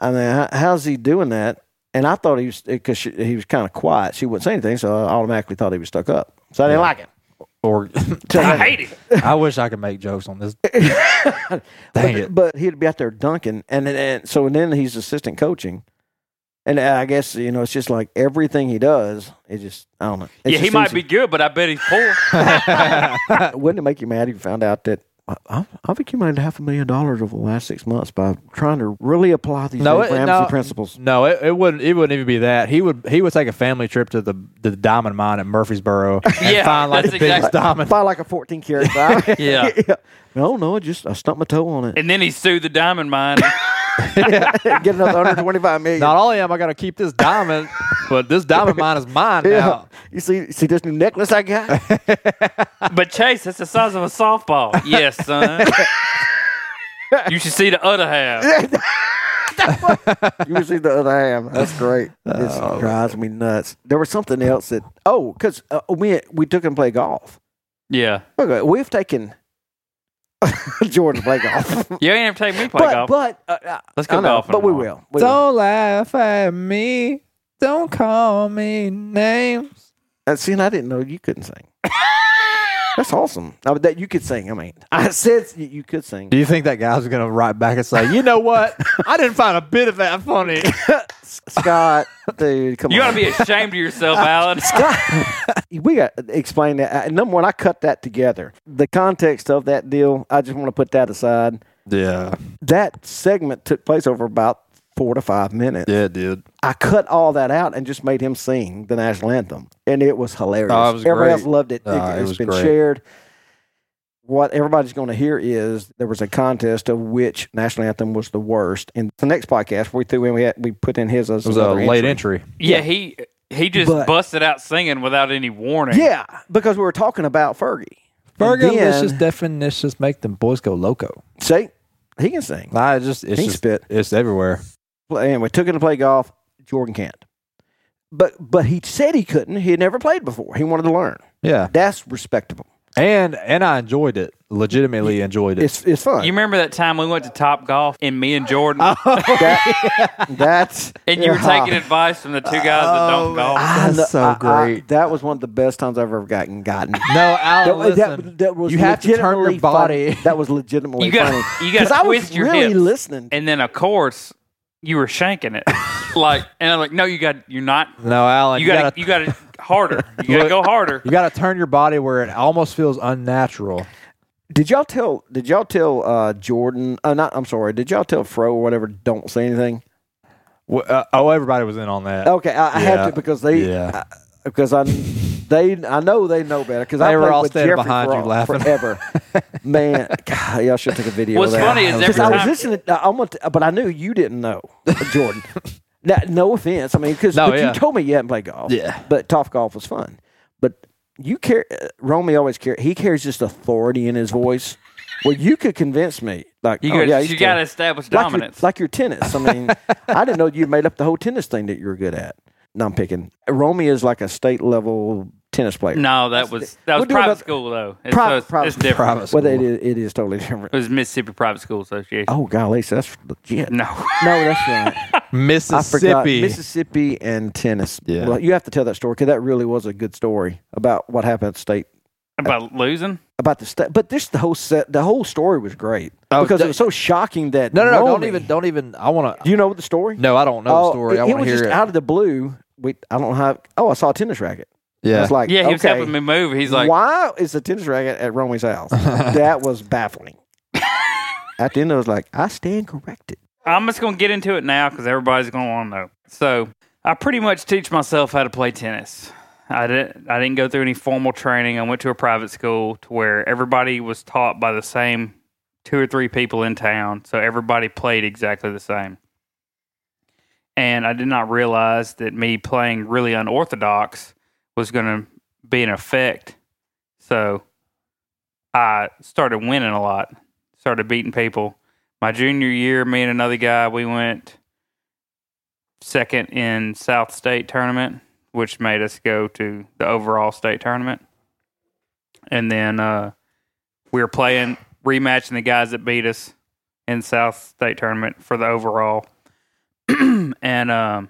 [SPEAKER 2] I mean, how, how's he doing that? And I thought he was because he was kind of quiet. She wouldn't say anything, so I automatically thought he was stuck up. So I didn't like it.
[SPEAKER 4] Or
[SPEAKER 2] So
[SPEAKER 1] I
[SPEAKER 2] I-
[SPEAKER 1] hate it.
[SPEAKER 4] I wish I could make jokes on this. Dang
[SPEAKER 2] but,
[SPEAKER 4] it.
[SPEAKER 2] but he'd be out there dunking, and, then- and so and then he's assistant coaching, and I guess you know it's just like everything he does. It just I don't know.
[SPEAKER 1] yeah,
[SPEAKER 2] It just
[SPEAKER 1] he might be
[SPEAKER 2] seems-
[SPEAKER 1] good, but I bet he's poor.
[SPEAKER 2] Wouldn't it make you mad if you found out that I- I, I've accumulated half a million dollars over the last six months by trying to really apply these
[SPEAKER 4] No,
[SPEAKER 2] Dave
[SPEAKER 4] it-
[SPEAKER 2] Ramsey
[SPEAKER 4] no.
[SPEAKER 2] principles?
[SPEAKER 4] No, it, it wouldn't. It wouldn't even be that. He would. He would take a family trip to the to the diamond mine at Murfreesboro and
[SPEAKER 1] Yeah,
[SPEAKER 4] find like
[SPEAKER 1] that's
[SPEAKER 4] the biggest
[SPEAKER 1] exactly-
[SPEAKER 4] diamond.
[SPEAKER 2] Buy like a fourteen karat diamond.
[SPEAKER 1] Yeah.
[SPEAKER 2] No, no, I just I stumped my toe on it.
[SPEAKER 1] And then he sued the diamond mine.
[SPEAKER 2] Get another hundred twenty five million.
[SPEAKER 4] Not only am I going to keep this diamond, but this diamond mine is mine
[SPEAKER 2] yeah.
[SPEAKER 4] now.
[SPEAKER 2] You see, you see this new necklace I got.
[SPEAKER 1] but Chase, it's the size of a softball. Yes, son. you should see the other half.
[SPEAKER 2] you can see the other half. That's great.
[SPEAKER 4] Oh,
[SPEAKER 2] It drives me nuts. There was something else that oh, because uh, we we took him to play golf.
[SPEAKER 1] Yeah.
[SPEAKER 2] Okay, we've taken Jordan to play golf,
[SPEAKER 1] You ain't ever take me to play
[SPEAKER 2] but
[SPEAKER 1] golf.
[SPEAKER 2] but uh, uh,
[SPEAKER 1] Let's
[SPEAKER 2] I
[SPEAKER 1] go
[SPEAKER 2] know,
[SPEAKER 1] golfing.
[SPEAKER 2] But we
[SPEAKER 1] tomorrow.
[SPEAKER 2] will. We will.
[SPEAKER 4] laugh at me. Don't call me names.
[SPEAKER 2] Uh, see, and I didn't know you couldn't sing. That's awesome. I, that you could sing. I mean, I said you, you could sing.
[SPEAKER 4] Do you think that guy's going to write back and say, "You know what? I didn't find a bit of that funny."
[SPEAKER 2] Scott, dude, come
[SPEAKER 1] You
[SPEAKER 2] on.
[SPEAKER 1] ought to be ashamed of yourself, Alan.
[SPEAKER 2] we got to explain that. Uh, Number one, I cut that together. The context of that deal, I just want to put that aside.
[SPEAKER 4] yeah,
[SPEAKER 2] that segment took place over about four to five minutes.
[SPEAKER 4] yeah, dude.
[SPEAKER 2] I cut all that out and just made him sing the national anthem, and it was hilarious.
[SPEAKER 4] Oh, it was
[SPEAKER 2] Everybody
[SPEAKER 4] great.
[SPEAKER 2] else loved it.
[SPEAKER 4] Oh, it
[SPEAKER 2] has
[SPEAKER 4] was
[SPEAKER 2] been
[SPEAKER 4] great.
[SPEAKER 2] shared. What everybody's going to hear is there was a contest of which national anthem was the worst. And the next podcast we threw in, we had, we put in his as
[SPEAKER 4] It was a
[SPEAKER 2] another
[SPEAKER 4] late entry.
[SPEAKER 1] yeah, he he just
[SPEAKER 2] But-
[SPEAKER 1] busted out singing without any warning.
[SPEAKER 2] Yeah, because we were talking about Fergie. And
[SPEAKER 4] Fergalicious
[SPEAKER 2] then-
[SPEAKER 4] definitions make them boys go loco.
[SPEAKER 2] See, he can sing.
[SPEAKER 4] Nah, it's just it's
[SPEAKER 2] He
[SPEAKER 4] just
[SPEAKER 2] spit.
[SPEAKER 4] It's everywhere.
[SPEAKER 2] and we took him to play golf. Jordan can't. But but he said he couldn't. He had never played before. He wanted to learn.
[SPEAKER 4] Yeah.
[SPEAKER 2] That's respectable.
[SPEAKER 4] And and I enjoyed it. Legitimately enjoyed it.
[SPEAKER 2] It's it's fun.
[SPEAKER 1] You remember that time we went to Top Golf and me and Jordan,
[SPEAKER 2] That- that's
[SPEAKER 1] and you were
[SPEAKER 2] Oh, Yeah. Oh,
[SPEAKER 1] taking advice from the two guys that don't golf.
[SPEAKER 2] I
[SPEAKER 4] That's
[SPEAKER 2] lo-
[SPEAKER 4] so
[SPEAKER 2] I- I-
[SPEAKER 4] great.
[SPEAKER 2] that was one of the best times I've ever gotten. Gotten.
[SPEAKER 4] no, Alan,
[SPEAKER 2] That, that-
[SPEAKER 4] listen.
[SPEAKER 2] that was
[SPEAKER 4] you have to turn
[SPEAKER 2] legitimately
[SPEAKER 4] your body.
[SPEAKER 2] funny. That was legitimately
[SPEAKER 1] You gotta-
[SPEAKER 2] funny.
[SPEAKER 1] you gotta
[SPEAKER 2] 'Cause I was
[SPEAKER 1] twist your
[SPEAKER 2] really
[SPEAKER 1] hips.
[SPEAKER 2] listening.
[SPEAKER 1] And then of course you were shanking it, like and I'm like, no, you got you're not.
[SPEAKER 4] No, Alan,
[SPEAKER 1] You got to you got to harder. You got to
[SPEAKER 4] Look.
[SPEAKER 1] go harder.
[SPEAKER 4] you got to turn your body where it almost feels unnatural.
[SPEAKER 2] Did y'all tell? Did y'all tell uh, Jordan? Uh, not. I'm sorry. Did y'all tell Fro or whatever? Don't say anything.
[SPEAKER 4] Wh- uh, oh, everybody was in on that.
[SPEAKER 2] Okay, I, I
[SPEAKER 4] Yeah.
[SPEAKER 2] had to because they
[SPEAKER 4] Yeah.
[SPEAKER 2] because I they I know they know better because I
[SPEAKER 4] They were
[SPEAKER 2] played
[SPEAKER 4] all
[SPEAKER 2] with
[SPEAKER 4] standing
[SPEAKER 2] Jeffrey
[SPEAKER 4] behind
[SPEAKER 2] for
[SPEAKER 4] you
[SPEAKER 2] all-
[SPEAKER 4] laughing.
[SPEAKER 2] forever. Man, God, y'all should take a video.
[SPEAKER 1] What's
[SPEAKER 2] of that.
[SPEAKER 1] funny is every
[SPEAKER 2] Because I was
[SPEAKER 1] time-
[SPEAKER 2] listening, I almost, but I knew you didn't know Jordan. now, no offense, I mean, because
[SPEAKER 4] No, yeah.
[SPEAKER 2] you told me you hadn't played golf.
[SPEAKER 4] Yeah.
[SPEAKER 2] but tough golf was fun. But you care, uh, Romy always care. He carries just authority in his voice. Well, you could convince me, like
[SPEAKER 1] You
[SPEAKER 2] oh,
[SPEAKER 1] gotta-
[SPEAKER 2] yeah, I
[SPEAKER 1] you
[SPEAKER 2] used to-
[SPEAKER 1] got to establish
[SPEAKER 2] like your-
[SPEAKER 1] dominance.
[SPEAKER 2] like your tennis. I mean, I didn't know you made up the whole tennis thing that you were good at. No, I'm picking. Romy is like a state level tennis player.
[SPEAKER 1] no, that was that
[SPEAKER 2] We'll
[SPEAKER 1] was
[SPEAKER 2] do
[SPEAKER 1] private
[SPEAKER 2] another-
[SPEAKER 1] school though. It's,
[SPEAKER 2] Private-
[SPEAKER 1] so it's,
[SPEAKER 2] private-
[SPEAKER 1] it's different.
[SPEAKER 4] private
[SPEAKER 2] well,
[SPEAKER 4] school.
[SPEAKER 2] it is, it is totally different.
[SPEAKER 1] It was Mississippi Private School Association.
[SPEAKER 2] Oh golly, so that's legit.
[SPEAKER 1] No,
[SPEAKER 2] No, that's right. I forgot
[SPEAKER 4] Mississippi.
[SPEAKER 2] Mississippi and tennis.
[SPEAKER 4] Yeah.
[SPEAKER 2] Well, you have to tell that story because that really was a good story about what happened at state
[SPEAKER 1] about losing.
[SPEAKER 2] about the state. But this the whole set, the whole story was great
[SPEAKER 4] Oh,
[SPEAKER 2] because
[SPEAKER 4] d-
[SPEAKER 2] it was so shocking that
[SPEAKER 4] no, no, no. Don't
[SPEAKER 2] Romy-
[SPEAKER 4] even. Don't even. I want to.
[SPEAKER 2] Do you know the story?
[SPEAKER 4] No, I don't know the
[SPEAKER 2] Oh,
[SPEAKER 4] story.
[SPEAKER 2] It,
[SPEAKER 4] I
[SPEAKER 2] it
[SPEAKER 4] want to
[SPEAKER 2] was
[SPEAKER 4] hear
[SPEAKER 2] just
[SPEAKER 4] it.
[SPEAKER 2] out of the blue. We I don't know how. Oh, I saw a tennis racket. I
[SPEAKER 4] yeah.
[SPEAKER 2] was like,
[SPEAKER 1] Yeah, he
[SPEAKER 2] okay,
[SPEAKER 1] was helping me move. He's like,
[SPEAKER 2] why is the tennis racket at Romy's house? that was baffling. at the end, I was like, I stand corrected.
[SPEAKER 1] I'm just going to get into it now because everybody's going to want to know. So I pretty much teach myself how to play tennis. I didn't. I didn't go through any formal training. I went to a private school to where everybody was taught by the same two or three people in town, so everybody played exactly the same. And I did not realize that me playing really unorthodox was going to be an effect. So I started winning a lot, started beating people my junior year, me and another guy, we went second in South State tournament, which made us go to the overall state tournament. And then uh, we were playing rematching the guys that beat us in South State tournament for the overall. and um,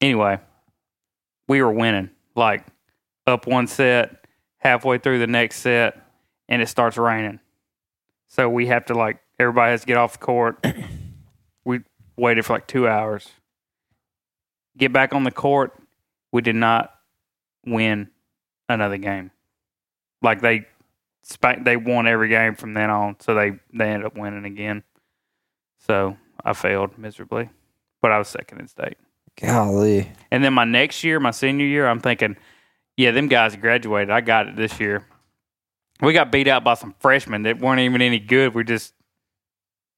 [SPEAKER 1] anyway, we were winning like up one set, halfway through the next set, and it starts raining. So we have to like everybody has to get off the court. we waited for like two hours. Get back on the court. We did not win another game. Like they spa- they won every game from then on, so they they ended up winning again. So I failed miserably, but I was second in state.
[SPEAKER 4] golly.
[SPEAKER 1] And then my next year, my senior year, I'm thinking, yeah, them guys graduated. I got it this year. We got beat out by some freshmen that weren't even any good. We just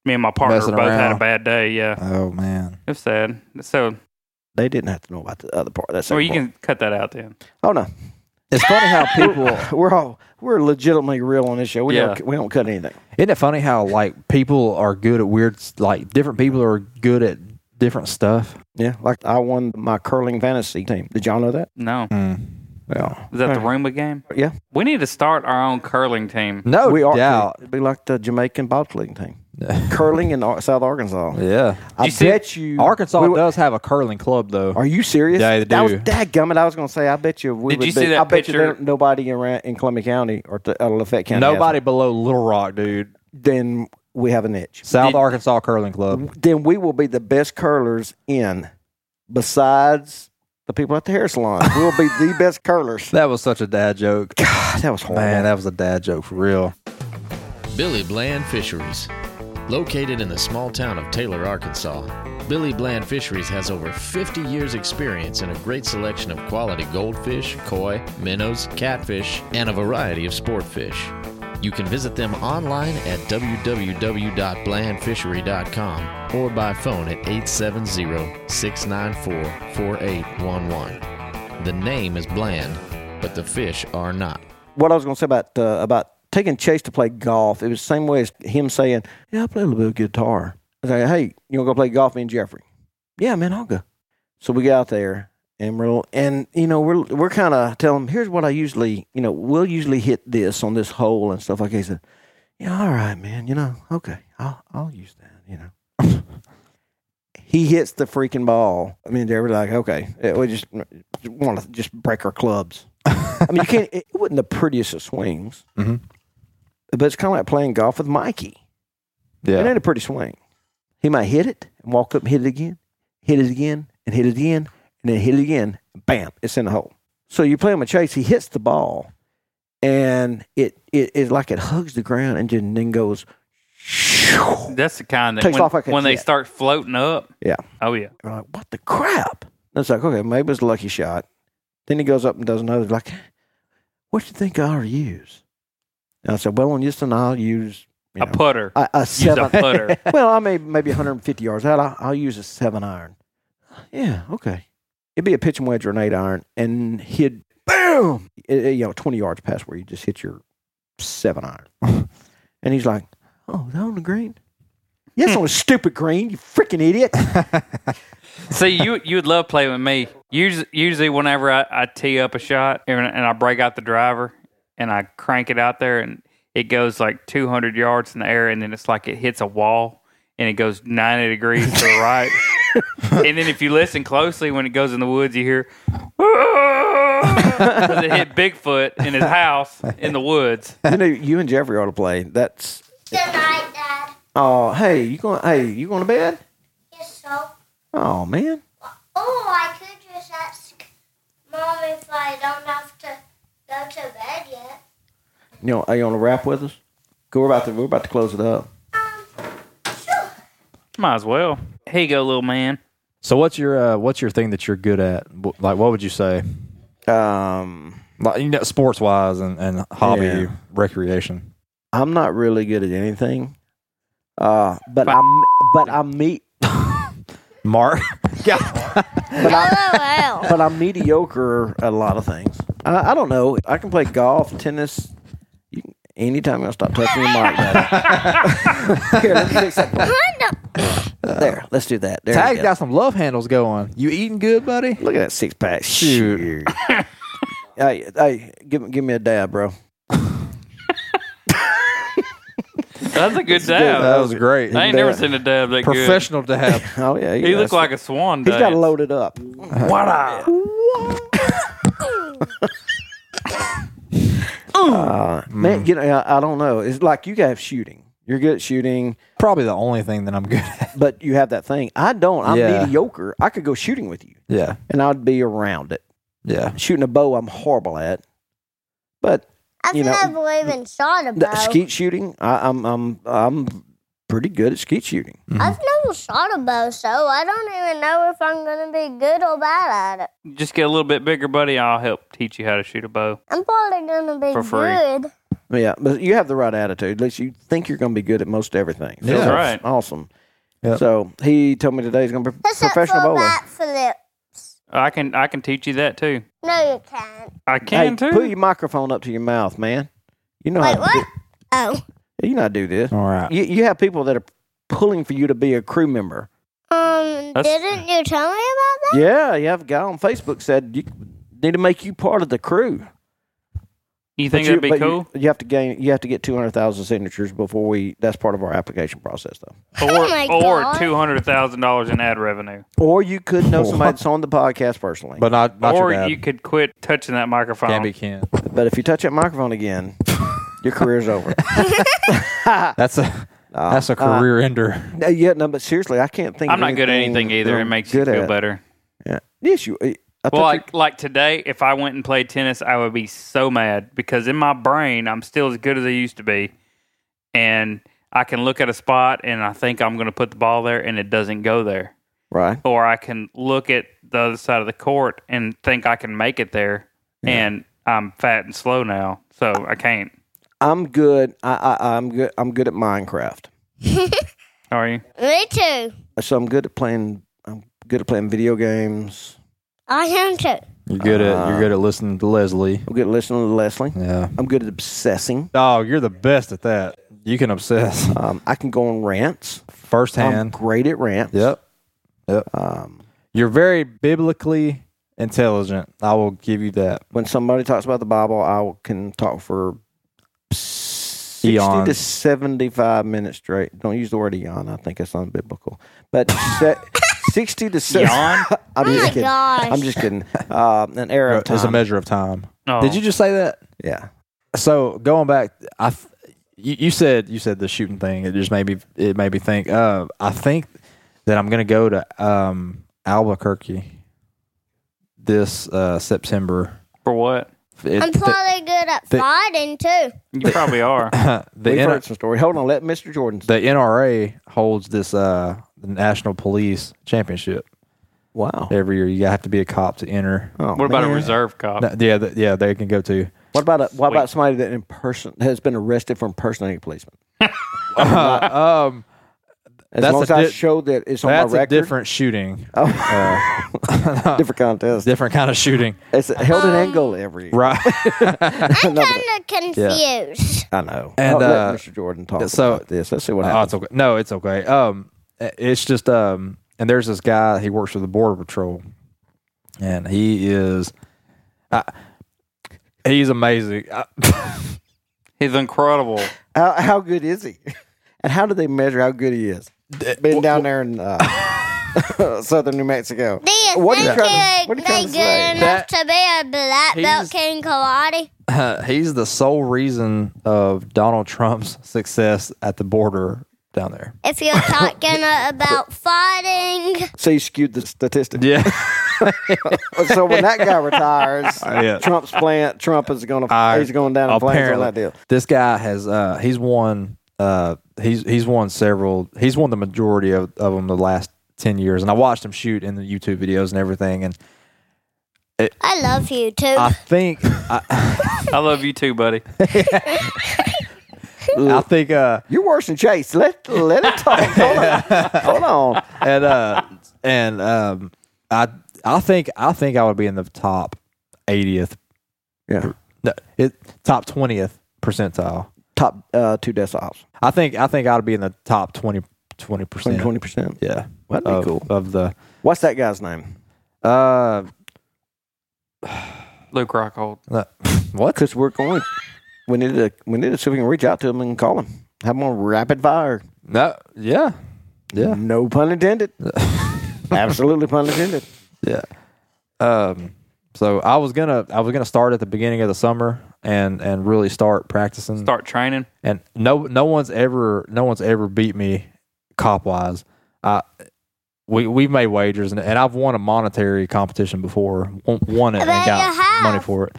[SPEAKER 1] me and my partner
[SPEAKER 4] Messing
[SPEAKER 1] both had a
[SPEAKER 4] around.
[SPEAKER 1] bad day. Yeah,
[SPEAKER 4] Oh man.
[SPEAKER 1] it's sad. So,
[SPEAKER 2] They didn't have to know about the other part. That's
[SPEAKER 1] well, you can cut that out then.
[SPEAKER 2] Oh no,
[SPEAKER 4] It's funny how people.
[SPEAKER 2] we're all we're legitimately real on this show. We don't we don't cut anything.
[SPEAKER 4] Isn't it funny how like people are good at weird like different people are good at different stuff?
[SPEAKER 2] Yeah, like I won my curling fantasy team. Did y'all know that?
[SPEAKER 1] No,
[SPEAKER 4] Hmm.
[SPEAKER 2] Well,
[SPEAKER 1] is that the Roomba game?
[SPEAKER 2] yeah,
[SPEAKER 1] We need to start our own curling team.
[SPEAKER 4] No
[SPEAKER 2] we are.
[SPEAKER 4] doubt.
[SPEAKER 2] It'd be like the Jamaican bobsledding team, curling in Ar- South Arkansas.
[SPEAKER 4] Yeah.
[SPEAKER 2] I
[SPEAKER 1] You see-
[SPEAKER 2] bet you
[SPEAKER 4] Arkansas
[SPEAKER 2] we would-
[SPEAKER 4] does have a curling club though.
[SPEAKER 2] Are you serious?
[SPEAKER 4] Yeah, they
[SPEAKER 2] That was
[SPEAKER 4] do.
[SPEAKER 2] dadgummit. I was going to say, I bet you. We
[SPEAKER 1] Did
[SPEAKER 2] would
[SPEAKER 1] you
[SPEAKER 2] be-
[SPEAKER 1] see that
[SPEAKER 2] I bet you
[SPEAKER 1] picture?
[SPEAKER 2] there, nobody around in Columbia County or the, uh, Lafayette County. has
[SPEAKER 4] Nobody
[SPEAKER 2] it.
[SPEAKER 4] below Little Rock, dude.
[SPEAKER 2] Then we have a niche.
[SPEAKER 4] South Arkansas Curling Club.
[SPEAKER 2] Then we will be the best curlers in, besides the people at the hair salon. We'll be the best curlers.
[SPEAKER 4] That was such a dad joke.
[SPEAKER 2] God, that was horrible.
[SPEAKER 4] Man, that was a dad joke for real.
[SPEAKER 5] Billy Bland Fisheries. Located in the small town of Taylor, Arkansas, Billy Bland Fisheries has over 50 years' experience in a great selection of quality goldfish, koi, minnows, catfish, and a variety of sport fish. You can visit them online at www.blandfishery.com or by phone at 870 694 4811. The name is Bland, but the fish are not.
[SPEAKER 2] what I was going to say about uh, about taking Chase to play golf. It was the same way as him saying, "Yeah, I play a little bit of guitar." I was like, hey, you want to go play golf, me and Jeffrey? Yeah, man, I'll go. So we got out there and we're, and you know, we're, we're kind of telling him, here's what I usually, you know, we'll usually hit this on this hole and stuff like that. He said, yeah, all right, man, you know, okay, I'll, I'll use that, you know. he hits the freaking ball. I mean, Jeffrey's like, okay, yeah, we just want to just break our clubs. I mean, you can't, it wasn't the prettiest of swings,
[SPEAKER 4] Mhm.
[SPEAKER 2] but it's kind of like playing golf with Mikey. It
[SPEAKER 4] Yeah.
[SPEAKER 2] ain't a pretty swing. He might hit it and walk up and hit it again, hit it again, and hit it again, and then hit it again. Bam, it's in the hole. So you play him a chase, he hits the ball, and it it is like it hugs the ground and then, then goes. shoo.
[SPEAKER 1] That's the kind that
[SPEAKER 2] Mm. Takes
[SPEAKER 1] when,
[SPEAKER 2] off like a
[SPEAKER 1] when they
[SPEAKER 2] jet.
[SPEAKER 1] start floating up.
[SPEAKER 2] Yeah.
[SPEAKER 1] Oh yeah.
[SPEAKER 2] We're like, what the crap? And it's like, okay, maybe it's a lucky shot. Then he goes up and does another, like, what do you think I ought to use? And I said, well, on Houston, I'll use you
[SPEAKER 1] A
[SPEAKER 2] know,
[SPEAKER 1] putter.
[SPEAKER 2] a, a
[SPEAKER 1] Use
[SPEAKER 2] seven,
[SPEAKER 1] a putter.
[SPEAKER 2] well, I may maybe 150 yards out. I'll, I'll use a seven iron. Yeah, okay. It'd be a pitch and wedge or an eight iron, and he'd boom, eh, eh, you know, 20 yards past where you just hit your seven iron. and he's like, "Oh, that on the green? Yes, on a stupid green. You freaking idiot."
[SPEAKER 1] See, you you would love playing with me. Usually, usually whenever I, I tee up a shot and, and I break out the driver and I crank it out there and it goes like 200 yards in the air and then it's like it hits a wall and it goes 90 degrees to the right. and then if you listen closely when it goes in the woods, you hear because it hit Bigfoot in his house in the woods.
[SPEAKER 2] you know, you and Jeffrey ought to play. That's
[SPEAKER 3] Good night, Dad.
[SPEAKER 2] oh, hey, you going? Hey, you going to bed?
[SPEAKER 3] You're so.
[SPEAKER 2] Oh man,
[SPEAKER 3] Oh, I could just ask mom if I don't have to go to bed yet.
[SPEAKER 2] you know, are you on to wrap with us? 'Cause We're about to we're about to close it up.
[SPEAKER 1] Might as well. Here you go, little man.
[SPEAKER 4] So what's your uh, what's your thing that you're good at? Wh- Like what would you say?
[SPEAKER 2] Um,
[SPEAKER 4] Like you know, sports wise and, and hobby
[SPEAKER 2] Yeah.
[SPEAKER 4] recreation.
[SPEAKER 2] I'm not really good at anything. Uh, but I'm but I'm me
[SPEAKER 4] Mark.
[SPEAKER 2] but I'm
[SPEAKER 3] Oh, LOL.
[SPEAKER 2] but I'm mediocre at a lot of things. I, I don't know. I can play golf, tennis. You can, anytime you stop touching your mic, buddy. Here, let me fix that. There, let's do that. There we
[SPEAKER 4] Tag's
[SPEAKER 2] go.
[SPEAKER 4] got some love handles going. You eating good, buddy?
[SPEAKER 2] Look at that six pack.
[SPEAKER 4] Shoot.
[SPEAKER 2] Shoot. hey, hey, give give me a dab, bro.
[SPEAKER 1] That's a good dab.
[SPEAKER 4] That was great.
[SPEAKER 1] I ain't never seen a dab that good.
[SPEAKER 4] Professional dab.
[SPEAKER 2] Oh yeah,
[SPEAKER 1] He looked like a swan.
[SPEAKER 2] he's got
[SPEAKER 1] dance.
[SPEAKER 2] loaded up.
[SPEAKER 4] what up?
[SPEAKER 2] Uh,
[SPEAKER 1] Mm.
[SPEAKER 2] Man, you know, I, I don't know. It's like you have shooting. You're good at shooting.
[SPEAKER 4] Probably the only thing that I'm good at.
[SPEAKER 2] but you have that thing. I don't. I'm
[SPEAKER 4] Yeah.
[SPEAKER 2] mediocre. I could go shooting with you,
[SPEAKER 4] Yeah.
[SPEAKER 2] and I'd be around it.
[SPEAKER 4] Yeah.
[SPEAKER 2] Shooting a bow, I'm horrible at. But
[SPEAKER 3] I've
[SPEAKER 2] You know,
[SPEAKER 3] never even shot a
[SPEAKER 2] the
[SPEAKER 3] bow.
[SPEAKER 2] skeet shooting, I, I'm I'm I'm pretty good at skeet shooting.
[SPEAKER 3] I've never shot a bow, so I don't even know if I'm gonna be good or bad at it.
[SPEAKER 1] Just get a little bit bigger, buddy. I'll help teach you how to shoot a bow.
[SPEAKER 3] I'm probably gonna be
[SPEAKER 1] For free.
[SPEAKER 3] good.
[SPEAKER 2] Yeah, but you have the right attitude. At least you think you're going to be good at most everything. So
[SPEAKER 4] Yeah.
[SPEAKER 1] That's right.
[SPEAKER 2] Awesome.
[SPEAKER 4] Yeah.
[SPEAKER 2] So he told me today he's going to be a
[SPEAKER 3] Except
[SPEAKER 2] professional
[SPEAKER 3] for
[SPEAKER 2] bowler.
[SPEAKER 3] back flip.
[SPEAKER 1] I can I can teach you that too.
[SPEAKER 3] No, you can't.
[SPEAKER 1] I
[SPEAKER 2] Hey,
[SPEAKER 1] can too.
[SPEAKER 2] put your microphone up to your mouth, man. You know
[SPEAKER 3] Wait,
[SPEAKER 2] how to
[SPEAKER 3] what? Oh.
[SPEAKER 2] do, you know how to do this.
[SPEAKER 4] All right.
[SPEAKER 2] You, you have people that are pulling for you to be a crew member.
[SPEAKER 3] Um,
[SPEAKER 1] That's-
[SPEAKER 3] didn't you tell me about that?
[SPEAKER 2] Yeah, yeah. A guy on Facebook said you need to make you part of the crew.
[SPEAKER 1] you think
[SPEAKER 2] But you-
[SPEAKER 1] that'd be
[SPEAKER 2] but you-
[SPEAKER 1] cool?
[SPEAKER 2] You, have to gain. You have to get two hundred thousand signatures before we. That's part of our application process, though.
[SPEAKER 3] Oh my
[SPEAKER 1] or or
[SPEAKER 3] God.
[SPEAKER 1] two hundred thousand dollars in ad revenue.
[SPEAKER 2] Or you could know somebody that's on the podcast personally. But,
[SPEAKER 4] But not, not your
[SPEAKER 1] Or
[SPEAKER 4] dad.
[SPEAKER 1] you um, could quit touching that microphone.
[SPEAKER 4] Can't be Ken.
[SPEAKER 2] but if you touch that microphone again, your career's over.
[SPEAKER 4] That's a that's a
[SPEAKER 2] uh,
[SPEAKER 4] career ender.
[SPEAKER 2] No, yeah, no. But seriously, I can't think.
[SPEAKER 1] I'm
[SPEAKER 2] of
[SPEAKER 1] not good at anything either.
[SPEAKER 2] that
[SPEAKER 1] It
[SPEAKER 2] I'm
[SPEAKER 1] makes you
[SPEAKER 2] good
[SPEAKER 1] feel
[SPEAKER 2] at.
[SPEAKER 1] better.
[SPEAKER 2] Yeah. Yes, you. I I
[SPEAKER 1] Well,
[SPEAKER 2] thought you-
[SPEAKER 1] like like today, if I went and played tennis, I would be so mad because in my brain, I'm still as good as I used to be, and I can look at a spot and I think I'm going to put the ball there, and it doesn't go there.
[SPEAKER 2] right.
[SPEAKER 1] or I can look at the other side of the court and think I can make it there, and I'm fat and slow now, so I can't.
[SPEAKER 2] I'm good. I, I I'm good. I'm good at Minecraft.
[SPEAKER 1] Are you?
[SPEAKER 3] Me too.
[SPEAKER 2] So I'm good at playing. I'm good at playing video games.
[SPEAKER 3] I am too.
[SPEAKER 4] You're good at you're good at listening to Leslie.
[SPEAKER 2] I'm good at listening to Leslie.
[SPEAKER 4] Yeah.
[SPEAKER 2] I'm good at obsessing.
[SPEAKER 4] Oh, you're the best at that. You can obsess.
[SPEAKER 2] Um, I can go on rants. I'm
[SPEAKER 4] firsthand.
[SPEAKER 2] great at ramps.
[SPEAKER 4] Yep. Yep.
[SPEAKER 2] Um,
[SPEAKER 4] You're very biblically intelligent. I will give you that.
[SPEAKER 2] when somebody talks about the Bible, I can talk for sixty to
[SPEAKER 4] Eons.
[SPEAKER 2] seventy-five minutes straight. Don't use the word eon. I think that's unbiblical. But se- sixty to se-
[SPEAKER 1] Yawn?
[SPEAKER 2] I'm
[SPEAKER 3] Oh
[SPEAKER 2] just
[SPEAKER 3] my
[SPEAKER 2] kidding.
[SPEAKER 3] gosh.
[SPEAKER 2] I'm just kidding. Um, an era of
[SPEAKER 4] It's a
[SPEAKER 2] time.
[SPEAKER 4] measure of time.
[SPEAKER 1] Oh.
[SPEAKER 4] Did you just say that?
[SPEAKER 2] yeah.
[SPEAKER 4] So going back, I th- you, you said you said the shooting thing. It just made me it made me think. Uh, I think that I'm gonna go to um, Albuquerque this uh, September.
[SPEAKER 1] for what?
[SPEAKER 4] It-
[SPEAKER 3] I'm probably good at
[SPEAKER 4] the-
[SPEAKER 3] fighting too.
[SPEAKER 1] You probably are.
[SPEAKER 4] the,
[SPEAKER 2] We've
[SPEAKER 4] N-
[SPEAKER 2] heard some story. Hold on. Let Mr. Jordan.
[SPEAKER 4] the NRA holds this uh, the National Police Championship
[SPEAKER 2] wow.
[SPEAKER 4] every year. You have to be a cop to enter.
[SPEAKER 2] Oh,
[SPEAKER 1] What about a
[SPEAKER 2] man.
[SPEAKER 1] reserve cop?
[SPEAKER 4] No, yeah, th- yeah, they can go to.
[SPEAKER 2] What about a, what
[SPEAKER 1] Wait.
[SPEAKER 2] about somebody that in person has been arrested for impersonating a policeman?
[SPEAKER 4] um,
[SPEAKER 2] As
[SPEAKER 4] That's
[SPEAKER 2] long
[SPEAKER 4] a
[SPEAKER 2] as I
[SPEAKER 4] di-
[SPEAKER 2] show that it's on
[SPEAKER 4] that's
[SPEAKER 2] my
[SPEAKER 4] a
[SPEAKER 2] record.
[SPEAKER 4] different shooting. Uh,
[SPEAKER 2] different contest.
[SPEAKER 4] different kind of shooting,
[SPEAKER 2] It's held in Angola every year.
[SPEAKER 4] Uh-huh. right?
[SPEAKER 2] No,
[SPEAKER 3] I'm
[SPEAKER 2] but-
[SPEAKER 3] kind of confused.
[SPEAKER 2] I know.
[SPEAKER 4] And,
[SPEAKER 2] And
[SPEAKER 4] uh,
[SPEAKER 2] let Mr. Jordan talk
[SPEAKER 4] so-
[SPEAKER 2] about this. Let's see what
[SPEAKER 4] Oh, it's
[SPEAKER 2] happens.
[SPEAKER 4] okay. No, it's okay. Um, i- it's just um, and there's this guy. He works for the border patrol, and he is, I, he's amazing. I,
[SPEAKER 1] He's incredible.
[SPEAKER 2] How, how good is he? And how do they measure how good he is? Being down there in uh, southern New Mexico.
[SPEAKER 3] Do you
[SPEAKER 2] What are you
[SPEAKER 3] think
[SPEAKER 2] trying to- what are you
[SPEAKER 3] they
[SPEAKER 2] trying
[SPEAKER 3] good
[SPEAKER 2] to say?
[SPEAKER 3] enough to be a black belt
[SPEAKER 4] He's-
[SPEAKER 3] king karate?
[SPEAKER 4] he's the sole reason of Donald Trump's success at the border down there.
[SPEAKER 3] If you're talking about fighting,
[SPEAKER 2] So you skewed the statistic.
[SPEAKER 4] Yeah,
[SPEAKER 2] So when that guy retires,
[SPEAKER 4] yeah.
[SPEAKER 2] Trump's plant, Trump is going to,
[SPEAKER 4] I-
[SPEAKER 2] he's going down in flames on
[SPEAKER 4] apparently
[SPEAKER 2] that deal.
[SPEAKER 4] this guy has uh, he's won uh, he's he's won several he's won the majority of, of them the last 10 years and i watched him shoot in the youtube videos and everything and
[SPEAKER 3] I love you too.
[SPEAKER 2] Uh.
[SPEAKER 4] i think I,
[SPEAKER 1] I love you too, buddy.
[SPEAKER 4] I think uh
[SPEAKER 2] You're worse than Chase. Let let it talk. Hold on. Hold on.
[SPEAKER 4] and uh and um I I think I think I would be in the top 80th
[SPEAKER 2] Yeah.
[SPEAKER 4] no, it top 20th percentile.
[SPEAKER 2] Top uh, two deciles.
[SPEAKER 4] I think I think I'd be in the top 20 percent.
[SPEAKER 2] 20 percent.
[SPEAKER 4] Yeah.
[SPEAKER 2] That'd be
[SPEAKER 4] of,
[SPEAKER 2] cool.
[SPEAKER 4] of the
[SPEAKER 2] What's that guy's name?
[SPEAKER 4] uh
[SPEAKER 1] Luke Rockhold.
[SPEAKER 4] no, what?
[SPEAKER 2] Because we're going. We need to. We need to see if we can reach out to him and call him. Have him on rapid fire.
[SPEAKER 4] No, yeah. Yeah.
[SPEAKER 2] No pun intended. Absolutely pun intended.
[SPEAKER 4] Yeah. Um so I was going to I was going to start at the beginning of the summer and and really start practicing
[SPEAKER 1] Start training.
[SPEAKER 4] and no no one's ever no one's ever beat me cop wise. I we we've made wagers and, and I've won a monetary competition before, won- won it and
[SPEAKER 3] bet you
[SPEAKER 4] got
[SPEAKER 3] have.
[SPEAKER 4] money for it.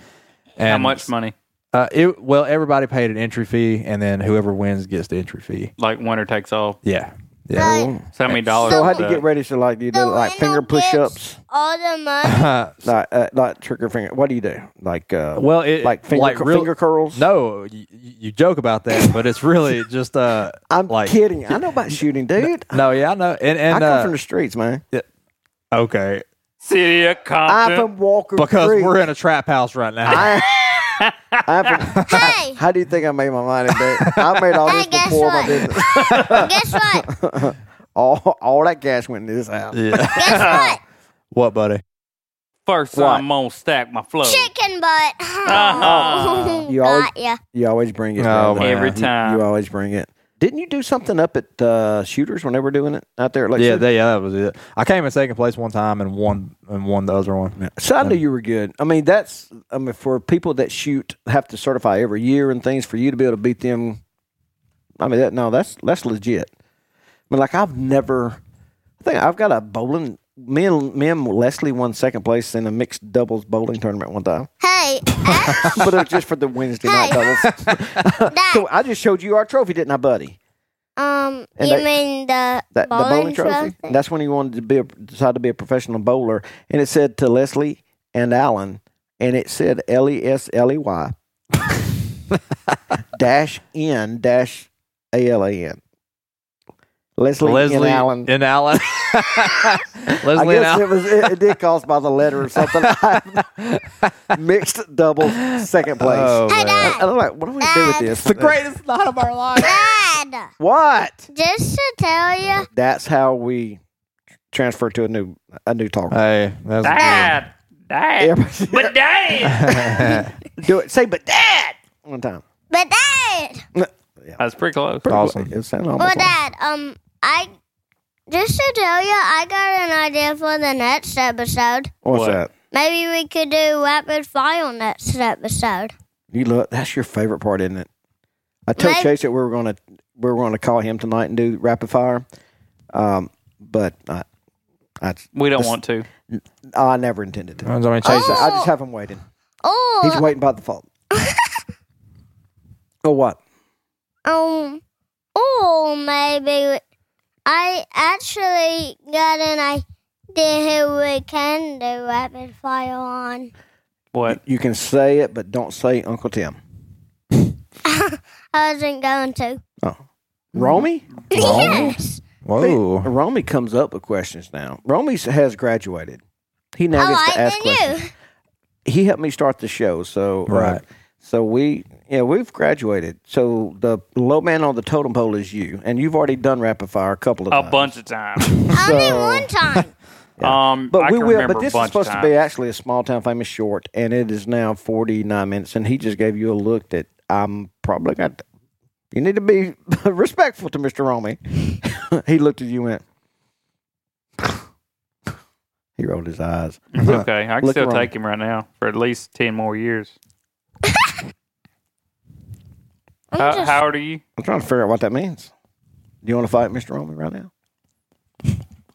[SPEAKER 4] And,
[SPEAKER 1] How much money?
[SPEAKER 4] Uh, it well everybody paid an entry fee and then whoever wins gets the entry fee.
[SPEAKER 1] Like winner takes all.
[SPEAKER 4] Yeah, yeah.
[SPEAKER 3] Like,
[SPEAKER 1] So how many dollars? Uh,
[SPEAKER 2] So
[SPEAKER 1] is
[SPEAKER 2] how do you
[SPEAKER 1] that?
[SPEAKER 2] get ready? So like, do you do
[SPEAKER 3] The
[SPEAKER 2] like finger
[SPEAKER 3] winner gets
[SPEAKER 2] push-ups?
[SPEAKER 3] all the money.
[SPEAKER 2] Like, uh, like trigger finger. What do you do? Like, uh,
[SPEAKER 4] well, it
[SPEAKER 2] like finger, cu-
[SPEAKER 4] real-
[SPEAKER 2] finger curls.
[SPEAKER 4] No, you, you joke about that, but it's really just uh.
[SPEAKER 2] I'm
[SPEAKER 4] like,
[SPEAKER 2] kidding. I know about shooting, dude.
[SPEAKER 4] No, yeah, I know, and
[SPEAKER 2] I
[SPEAKER 4] and
[SPEAKER 2] come
[SPEAKER 4] uh,
[SPEAKER 2] from the streets, man.
[SPEAKER 4] okay,
[SPEAKER 1] City of
[SPEAKER 2] I'm
[SPEAKER 1] Compton.
[SPEAKER 2] from Walker
[SPEAKER 4] because
[SPEAKER 2] Creek.
[SPEAKER 4] we're in a trap house right now.
[SPEAKER 2] I, I'm from
[SPEAKER 3] hey,
[SPEAKER 2] How do you think I made my money, dude? I made all
[SPEAKER 3] Hey,
[SPEAKER 2] this
[SPEAKER 3] guess
[SPEAKER 2] before my
[SPEAKER 3] what?
[SPEAKER 2] business.
[SPEAKER 3] guess what?
[SPEAKER 2] All, all that cash went into this house.
[SPEAKER 4] yeah.
[SPEAKER 3] Guess what?
[SPEAKER 4] What, buddy?
[SPEAKER 1] First
[SPEAKER 2] What?
[SPEAKER 1] I'm gonna stack my flow.
[SPEAKER 3] Chicken butt.
[SPEAKER 1] Uh-huh.
[SPEAKER 2] You always-
[SPEAKER 3] got ya.
[SPEAKER 2] You always bring it.
[SPEAKER 4] Oh,
[SPEAKER 2] brother.
[SPEAKER 4] man.
[SPEAKER 1] Every
[SPEAKER 4] You-
[SPEAKER 1] time.
[SPEAKER 2] You always bring it. Didn't you do something up at uh, Shooters when they were doing it out there? At Lake
[SPEAKER 4] yeah,
[SPEAKER 2] City?
[SPEAKER 4] that, yeah, that was it. I came in second place one time and won and won the other one.
[SPEAKER 2] so I knew you were good. I mean, that's I mean for people that shoot have to certify every year and things for you to be able to beat them. I mean, that no, that's that's legit. I mean, like I've never. I think I've got a bowling. Me and me and Leslie won second place in a mixed doubles bowling tournament one time,
[SPEAKER 3] Hey,
[SPEAKER 2] but it was just for the Wednesday night doubles.
[SPEAKER 3] that.
[SPEAKER 2] So I just showed you our trophy, didn't I, buddy?
[SPEAKER 3] Um,
[SPEAKER 2] And
[SPEAKER 3] you
[SPEAKER 2] that-
[SPEAKER 3] mean the
[SPEAKER 2] That the
[SPEAKER 3] bowling,
[SPEAKER 2] bowling trophy. That's when he wanted to be a, decide to be a professional bowler, and it said to Leslie and Allen, and it said L E S L E Y dash N dash A L A N. Leslie, and Allen.
[SPEAKER 4] and Allen.
[SPEAKER 2] I
[SPEAKER 4] Leslie and
[SPEAKER 2] guess
[SPEAKER 4] Allen.
[SPEAKER 2] it was it, it did cause by the letter or something. Mixed double second place.
[SPEAKER 4] Oh,
[SPEAKER 3] Hey,
[SPEAKER 4] man. Oh,
[SPEAKER 2] I- I'm like, what do we do with this?
[SPEAKER 4] It's the greatest night of our life.
[SPEAKER 3] Dad,
[SPEAKER 2] What?
[SPEAKER 3] just to tell you,
[SPEAKER 2] That's how we transfer to a new a new talk.
[SPEAKER 4] Hey, that's
[SPEAKER 1] Dad, dad,
[SPEAKER 2] Everybody-
[SPEAKER 1] but dad.
[SPEAKER 2] do it. Say, but Dad, one time.
[SPEAKER 3] but Dad,
[SPEAKER 1] That's pretty close.
[SPEAKER 4] awesome.
[SPEAKER 2] It sounded almost
[SPEAKER 3] well,
[SPEAKER 2] like-
[SPEAKER 3] Dad, um, I just to tell you, I got an idea for the next episode.
[SPEAKER 2] What's
[SPEAKER 1] What?
[SPEAKER 2] that?
[SPEAKER 3] Maybe we could do rapid fire next episode.
[SPEAKER 2] You look. That's your favorite part, isn't it? I told
[SPEAKER 3] Maybe-
[SPEAKER 2] Chase that we were going to we were going to call him tonight and do rapid fire, um, but I, I
[SPEAKER 1] We don't want to.
[SPEAKER 2] I never intended to.
[SPEAKER 4] I mean, Chase,
[SPEAKER 2] So I just have him waiting.
[SPEAKER 3] Or
[SPEAKER 2] He's waiting by default. oh what?
[SPEAKER 3] Um, or maybe I actually got an idea who we can do rapid fire on.
[SPEAKER 1] What?
[SPEAKER 2] You can say it, but don't say Uncle Tim.
[SPEAKER 3] I wasn't going to.
[SPEAKER 2] Oh, Romy.
[SPEAKER 3] Yes.
[SPEAKER 4] Whoa.
[SPEAKER 2] Romy comes up with questions now. Romy has graduated. He now
[SPEAKER 3] All
[SPEAKER 2] gets
[SPEAKER 3] right,
[SPEAKER 2] to ask
[SPEAKER 3] then
[SPEAKER 2] questions.
[SPEAKER 3] you.
[SPEAKER 2] he helped me start the show. So uh,
[SPEAKER 4] Right.
[SPEAKER 2] so we yeah we've graduated. So the low man on the totem pole is you, and you've already done rapid fire a couple of
[SPEAKER 1] A
[SPEAKER 2] times.
[SPEAKER 1] bunch of times.
[SPEAKER 3] Only
[SPEAKER 2] So-
[SPEAKER 3] one time.
[SPEAKER 1] Um,
[SPEAKER 2] But
[SPEAKER 1] I
[SPEAKER 2] we
[SPEAKER 1] can
[SPEAKER 2] will.
[SPEAKER 1] remember a
[SPEAKER 2] But this is
[SPEAKER 1] bunch of
[SPEAKER 2] supposed to be
[SPEAKER 1] times.
[SPEAKER 2] actually a small town famous short, and it is now forty nine minutes. And he just gave you a look that I'm probably got. You need to be respectful to Mister Romy. he looked at you and went. he rolled his eyes.
[SPEAKER 1] It's okay. I can
[SPEAKER 2] Look
[SPEAKER 1] still
[SPEAKER 2] around.
[SPEAKER 1] take him right now for at least ten more years.
[SPEAKER 3] I'm
[SPEAKER 1] How,
[SPEAKER 3] just-
[SPEAKER 1] how old are you?
[SPEAKER 2] I'm trying to figure out what that means. Do you want to fight Mister Romy right now?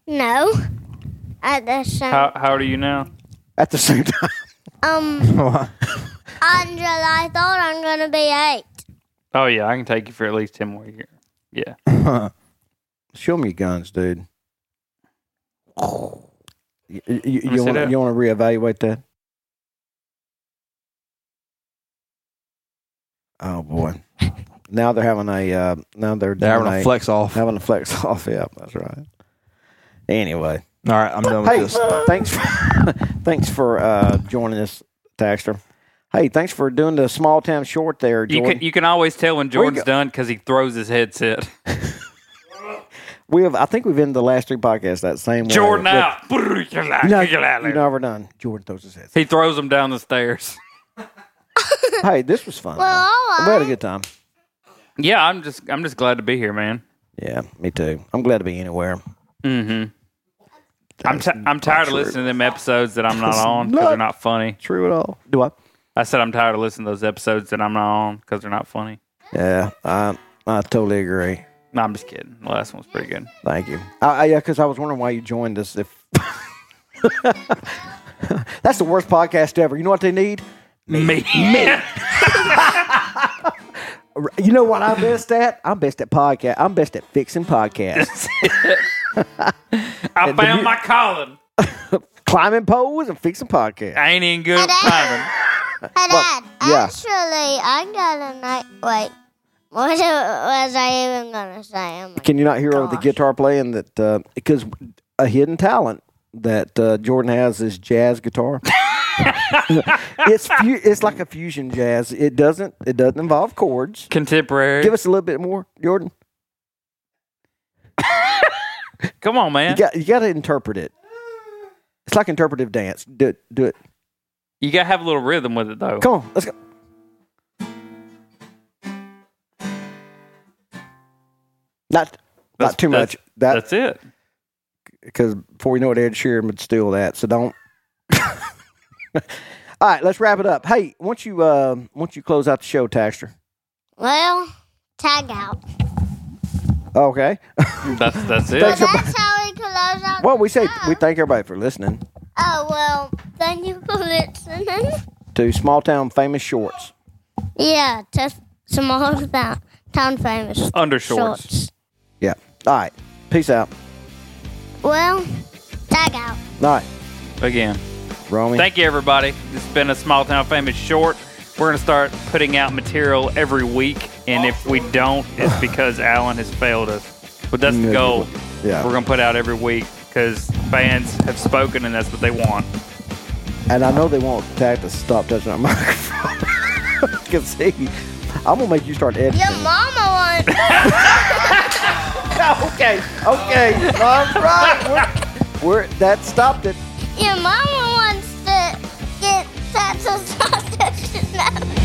[SPEAKER 3] No. At the same.
[SPEAKER 1] How, how old are you now?
[SPEAKER 2] At the same time.
[SPEAKER 3] um,
[SPEAKER 2] Oh,
[SPEAKER 3] Angela, I thought I'm gonna be eight.
[SPEAKER 1] Oh yeah, I can take you for at least ten more years. Yeah.
[SPEAKER 2] Show me your guns, dude. You, you,
[SPEAKER 1] me see
[SPEAKER 2] want to
[SPEAKER 1] that.
[SPEAKER 2] reevaluate that? Oh boy! Now they're having a uh, now they're
[SPEAKER 4] They're
[SPEAKER 2] doing
[SPEAKER 4] having a flex off. All
[SPEAKER 2] having a flex off. Yeah, that's right. Anyway,
[SPEAKER 4] right, I'm done with
[SPEAKER 2] hey, uh,
[SPEAKER 4] this.
[SPEAKER 2] thanks for thanks for uh, joining us, Taxter. Hey, thanks for doing the small town short there,
[SPEAKER 1] You
[SPEAKER 2] Jordan.
[SPEAKER 1] can you can always tell when
[SPEAKER 2] you
[SPEAKER 1] Jordan's
[SPEAKER 2] go-
[SPEAKER 1] done because he throws his headset.
[SPEAKER 2] we have, I think we've ended the last three podcasts that same way.
[SPEAKER 1] Jordan
[SPEAKER 2] with-
[SPEAKER 1] out.
[SPEAKER 2] No, you never done. Jordan throws his head.
[SPEAKER 1] He throws him down the stairs.
[SPEAKER 2] hey, this was fun.
[SPEAKER 3] Well, all
[SPEAKER 2] though.
[SPEAKER 3] right.
[SPEAKER 2] We had a good time.
[SPEAKER 1] Yeah, I'm just I'm just glad to be here, man.
[SPEAKER 2] Yeah, me too. I'm glad to be anywhere.
[SPEAKER 1] I'm t- I'm tired of listening to them episodes that I'm not on because they're not funny.
[SPEAKER 2] True at all? Oh, Do I?
[SPEAKER 1] I said I'm tired of listening to those episodes that I'm not on because they're not funny.
[SPEAKER 2] Yeah, I I totally agree.
[SPEAKER 1] No, I'm just kidding. The last one's pretty good.
[SPEAKER 2] Thank you. I, I, yeah, because I was wondering why you joined us. If that's the worst podcast ever. You know what they need?
[SPEAKER 1] Me, me.
[SPEAKER 2] You know what I'm best at? I'm best at podcast. I'm best at fixing podcasts,
[SPEAKER 1] I found my calling.
[SPEAKER 2] climbing poles, and fixing podcasts.
[SPEAKER 1] I ain't even good at climbing.
[SPEAKER 3] Hey, Dad.
[SPEAKER 2] yeah.
[SPEAKER 3] Actually, I got a night. Wait. What was I even gonna say? Oh my
[SPEAKER 2] Can you not hear all the
[SPEAKER 3] Gosh.
[SPEAKER 2] guitar playing that? Because a hidden talent that uh, Jordan has is jazz guitar. it's fu- it's like a fusion jazz. It doesn't it doesn't involve chords.
[SPEAKER 1] Contemporary.
[SPEAKER 2] Give us a little bit more, Jordan.
[SPEAKER 1] Come on, man.
[SPEAKER 2] You got you got to interpret it. It's like interpretive dance. Do it, do it.
[SPEAKER 1] You gotta have a little rhythm with it though.
[SPEAKER 2] Come on, let's go. Not
[SPEAKER 1] That's-
[SPEAKER 2] not too
[SPEAKER 1] that's-
[SPEAKER 2] much. That
[SPEAKER 1] That's it.
[SPEAKER 2] because before you know it, Ed Sheeran would steal that. So don't. All right, let's wrap it up. Hey, once you uh, once you close out the show, Taxter.
[SPEAKER 3] Well, tag out.
[SPEAKER 2] Okay.
[SPEAKER 1] That's that's it.
[SPEAKER 2] Thanks for-
[SPEAKER 3] That's how we close out.
[SPEAKER 2] well, we say we thank everybody for listening
[SPEAKER 3] Oh well, thank you for listening.
[SPEAKER 2] to Small Town Famous Shorts.
[SPEAKER 3] Yeah, to small town, town famous
[SPEAKER 2] Uh,
[SPEAKER 1] Undershorts.
[SPEAKER 3] shorts.
[SPEAKER 2] Yeah. All right. Peace out.
[SPEAKER 3] Well, tag out.
[SPEAKER 2] All right,
[SPEAKER 1] Again.
[SPEAKER 2] Romy.
[SPEAKER 1] Thank you, everybody. This has been a Small Town Famous Short. We're going to start putting out material every week, and if we don't, it's because Alan has failed us. But that's the goal.
[SPEAKER 2] Yeah.
[SPEAKER 1] We're going to put out every week because fans have spoken, and that's what they want.
[SPEAKER 2] and I know they won't tag to stop touching our microphone. Cause see, I'm gonna make you start editing.
[SPEAKER 3] Your mama
[SPEAKER 2] okay, okay, all right. We're, we're that stopped it.
[SPEAKER 3] Your mama wants to get tattoo sausages now.